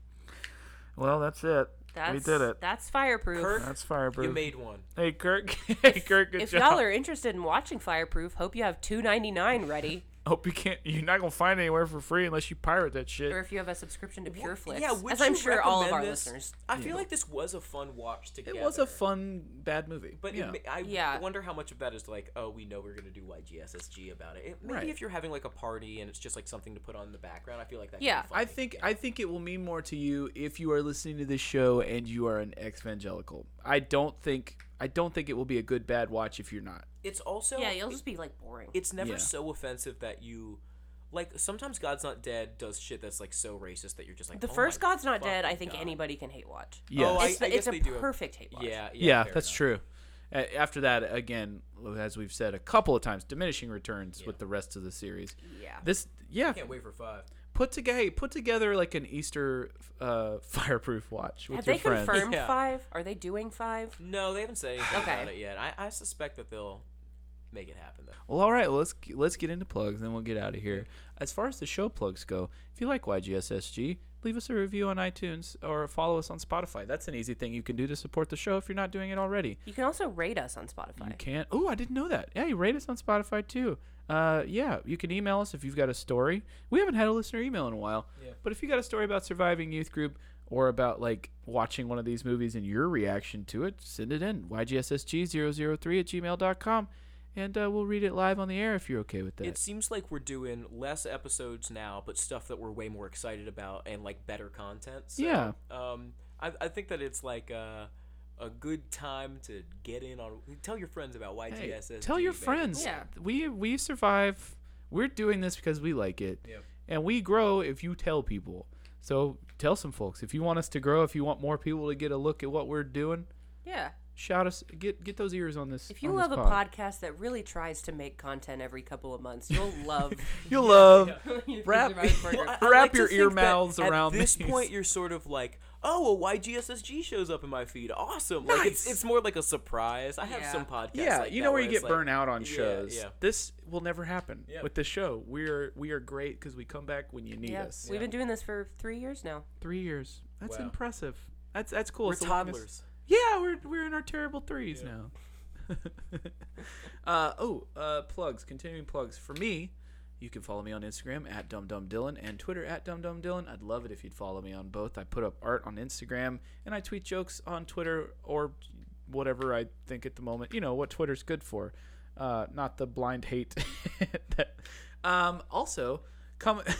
Well, that's it.
That's,
we did it.
That's fireproof.
Kirk,
That's
you
fireproof.
made one.
hey Kirk. [laughs] hey Kirk, good
if
job.
y'all are interested in watching Fireproof, hope you have two ninety nine ready,
Hope you can't. You're not gonna find it anywhere for free unless you pirate that
or
shit.
if you have a subscription to PureFlix,
yeah, would
as I'm
you
sure all of
recommend
our
this?
listeners.
I feel like this was a fun watch together.
It was a fun bad movie.
But
yeah.
it, ma- I
Yeah.
wonder how much of that is like, oh, we know we're gonna do YGSSG about it. it maybe
Right.
if you're having like a party and it's just like something to put on in the background, I feel like that.
Yeah.
could be fun.
I think I think it will mean more to you if you are listening to this show and you are an evangelical. I don't think I don't think it will be a good bad watch if you're not.
it's also
yeah, you'll just be like boring.
it's never
Yeah.
so offensive that you like sometimes God's Not Dead does shit that's like so racist that you're just like
the
"Oh
first
my
God's Not Dead,
fucking
I think
God."
anybody can hate watch.
Yes.
Oh, I-
it's, the-
I
it's
guess
a
they do a-
perfect hate watch.
Yeah, yeah,
Yeah,
fair
that's
enough.
true. A- After that, again, as we've said a couple of times, diminishing returns with the rest of the series.
Yeah.
This, yeah,
Can't wait for five.
put together put together like an Easter uh, [laughs] fireproof watch with
Have
your
they
friends.
confirmed
Yeah.
five? Are they doing five?
No, they haven't said anything
Okay.
about it yet. I, I suspect that they'll make it happen though.
Well, all right, let's let's get into plugs, then we'll get out of here. As far as the show plugs go, if you like YGSSG, leave us a review on iTunes or follow us on Spotify. That's an easy thing you can do to support the show if you're not doing it already.
You can also rate us on Spotify.
You can't. Oh, I didn't know that. Yeah, you rate us on Spotify too. Uh, yeah, you can email us if you've got a story. We haven't had a listener email in a while. But if you got a story about surviving youth group or about like watching one of these movies and your reaction to it, send it in. YGSSG003 at gmail.com. And uh, we'll read it live on the air if you're okay with that.
It seems like we're doing less episodes now, but stuff that we're way more excited about and like better content. So,
Yeah.
Um, I, I think that it's like a, a good time to get in on. Tell your friends about YGSS.
Hey, tell your friends.
Yeah.
We we survive. We're doing this because we like it. And we grow if you tell people. So tell some folks if you want us to grow, if you want more people to get a look at what we're doing,
Yeah.
shout us get get those ears on this.
If you
on
love
this
a
pod.
podcast that really tries to make content every couple of
[laughs]
months, you'll love. [laughs]
you'll love
Wrap.
Well,
Wrap
to
your
think
ear
that
mouths around
At this
these.
point, you're sort of like, oh, well, YGSSG shows up in my feed. Awesome. Like it's, it's more like a surprise. I have
Yeah.
some podcasts.
yeah,
like
you
that
know where you
it's
get
like-
burnt out on
Yeah,
shows.
Yeah.
This will never happen with this show. We're we are great because we come back when you need
Yeah.
us.
We've been doing this for three years now.
Three years. That's
Wow.
impressive. That's that's cool.
We're
It's the longest-
toddlers.
Yeah, we're we're in our terrible threes now. [laughs] uh, oh, uh, plugs. Continuing plugs for me. You can follow me on Instagram at dumdumdylan and Twitter at dumdumdylan. I'd love it if you'd follow me on both. I put up art on Instagram and I tweet jokes on Twitter or whatever I think at the moment. You know what Twitter's good for, uh, not the blind hate. [laughs] that, um, also, come. [laughs]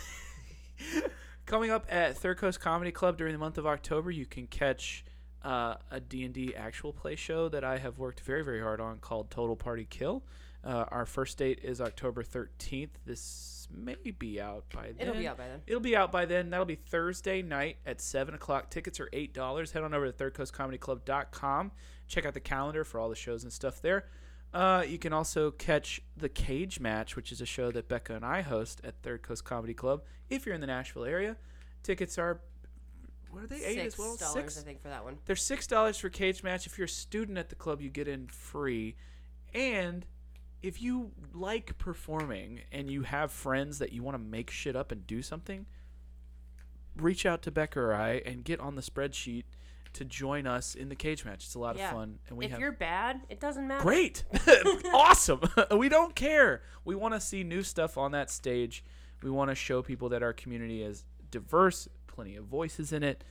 Coming up at Third Coast Comedy Club during the month of October, you can catch uh, a D&D actual play show that I have worked very, very hard on called Total Party Kill. Uh, our first date is October 13th. This may be out by then.
It'll be out by then.
It'll be out by then. That'll be Thursday night at 7 o'clock. Tickets are $8. Head on over to thirdcoastcomedyclub.com. Check out the calendar for all the shows and stuff there. Uh, you can also catch The Cage Match, which is a show that Becca and I host at Third Coast Comedy Club if you're in the Nashville area. Tickets are, what are they, eight
Six
as well?
dollars,
Six?
I think, for that one.
They're six dollars for cage match. If you're a student at the club, you get in free. And if you like performing and you have friends that you want to make shit up and do something, reach out to Becca or I and get on the spreadsheet to join us in the cage match. It's a lot
Yeah.
of fun, and we
if
have
you're bad, it doesn't matter.
great, [laughs] awesome. [laughs] we don't care. We want to see new stuff on that stage. We want to show people that our community is diverse, plenty of voices in it,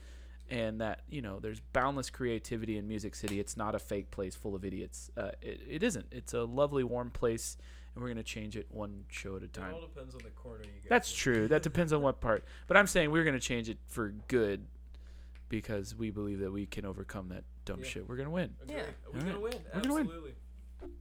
and that you know there's boundless creativity in Music City. It's not a fake place full of idiots. Uh, it, it isn't. It's a lovely, warm place, and we're gonna change it one show at a time.
It all depends on the corner you go.
That's true. That depends on what part. But I'm saying we're going to change it for good because we believe that we can overcome that dumb shit. We're going to win.
Yeah.
We're gonna win.
We're gonna win.
Absolutely.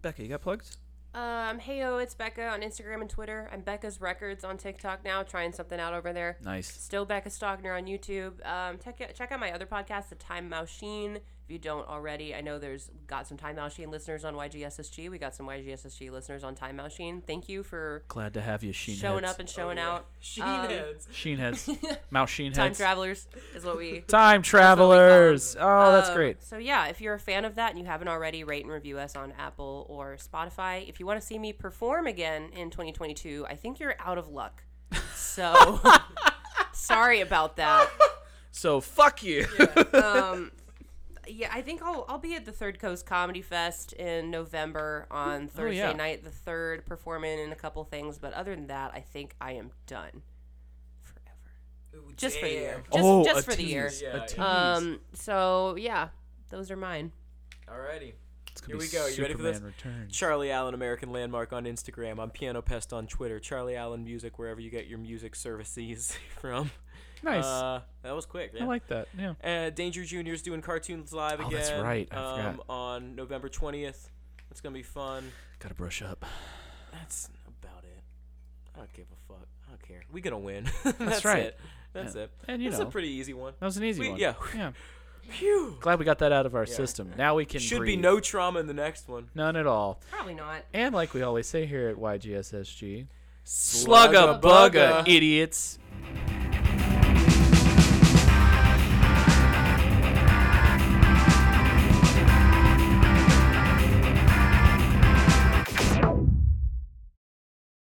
Becca, you got plugs?
Um, heyo, it's Becca on Instagram and Twitter. I'm Becca's Records on TikTok now, trying something out over there.
Nice.
Still Becca Stockner on YouTube. Um, check, out, check out my other podcast, The Time Machine, if you don't already. I know there's got some Time Machine listeners on YGSSG. We got some YGSSG listeners on Time Machine. Thank you for
Glad to have you, Sheen
showing
heads.
up and showing out.
Sheen
Um,
heads.
Sheen
[laughs]
heads. Mouse Sheen
Time
heads.
travelers is what we.
Time travelers. Oh, that's
Um,
great.
So yeah, if you're a fan of that and you haven't already, rate and review us on Apple or Spotify. If you want to see me perform again in 2022, I think you're out of luck. So sorry about that.
So fuck you.
Yeah, I think I'll I'll be at the Third Coast Comedy Fest in November on Thursday
Oh, yeah.
night, the third, performing in a couple things. But other than that, I think I am done forever. Just for the year. Just,
oh,
just
a
for the year.
tease.
Yeah,
A tease.
Um. So yeah, those are mine.
Alrighty.
It's gonna
here
be
we go. You ready for this?
Superman Returns.
Charlie Allen American Landmark on Instagram. I'm Piano Pest on Twitter. Charlie Allen Music wherever you get your music services [laughs] from.
Nice.
Uh, that was quick.
I
Yeah.
like that. Yeah.
uh, Danger Junior's doing cartoons live
Oh,
again.
that's right. I
um,
forgot.
on November 20th. It's gonna be fun.
Got to brush up.
That's about it. I don't give a fuck. I don't care. We gonna win. [laughs] That's,
right.
It. That's it.
And, you
That's
know.
a pretty easy one.
That was an easy
We-
one.
yeah.
Yeah.
Phew.
Glad we got that out of our system. Now we can
Should be
breathe.
no trauma in the next one.
None at all.
Probably not.
And like we always say here at YGSSG,
Slugga
bugga, idiots.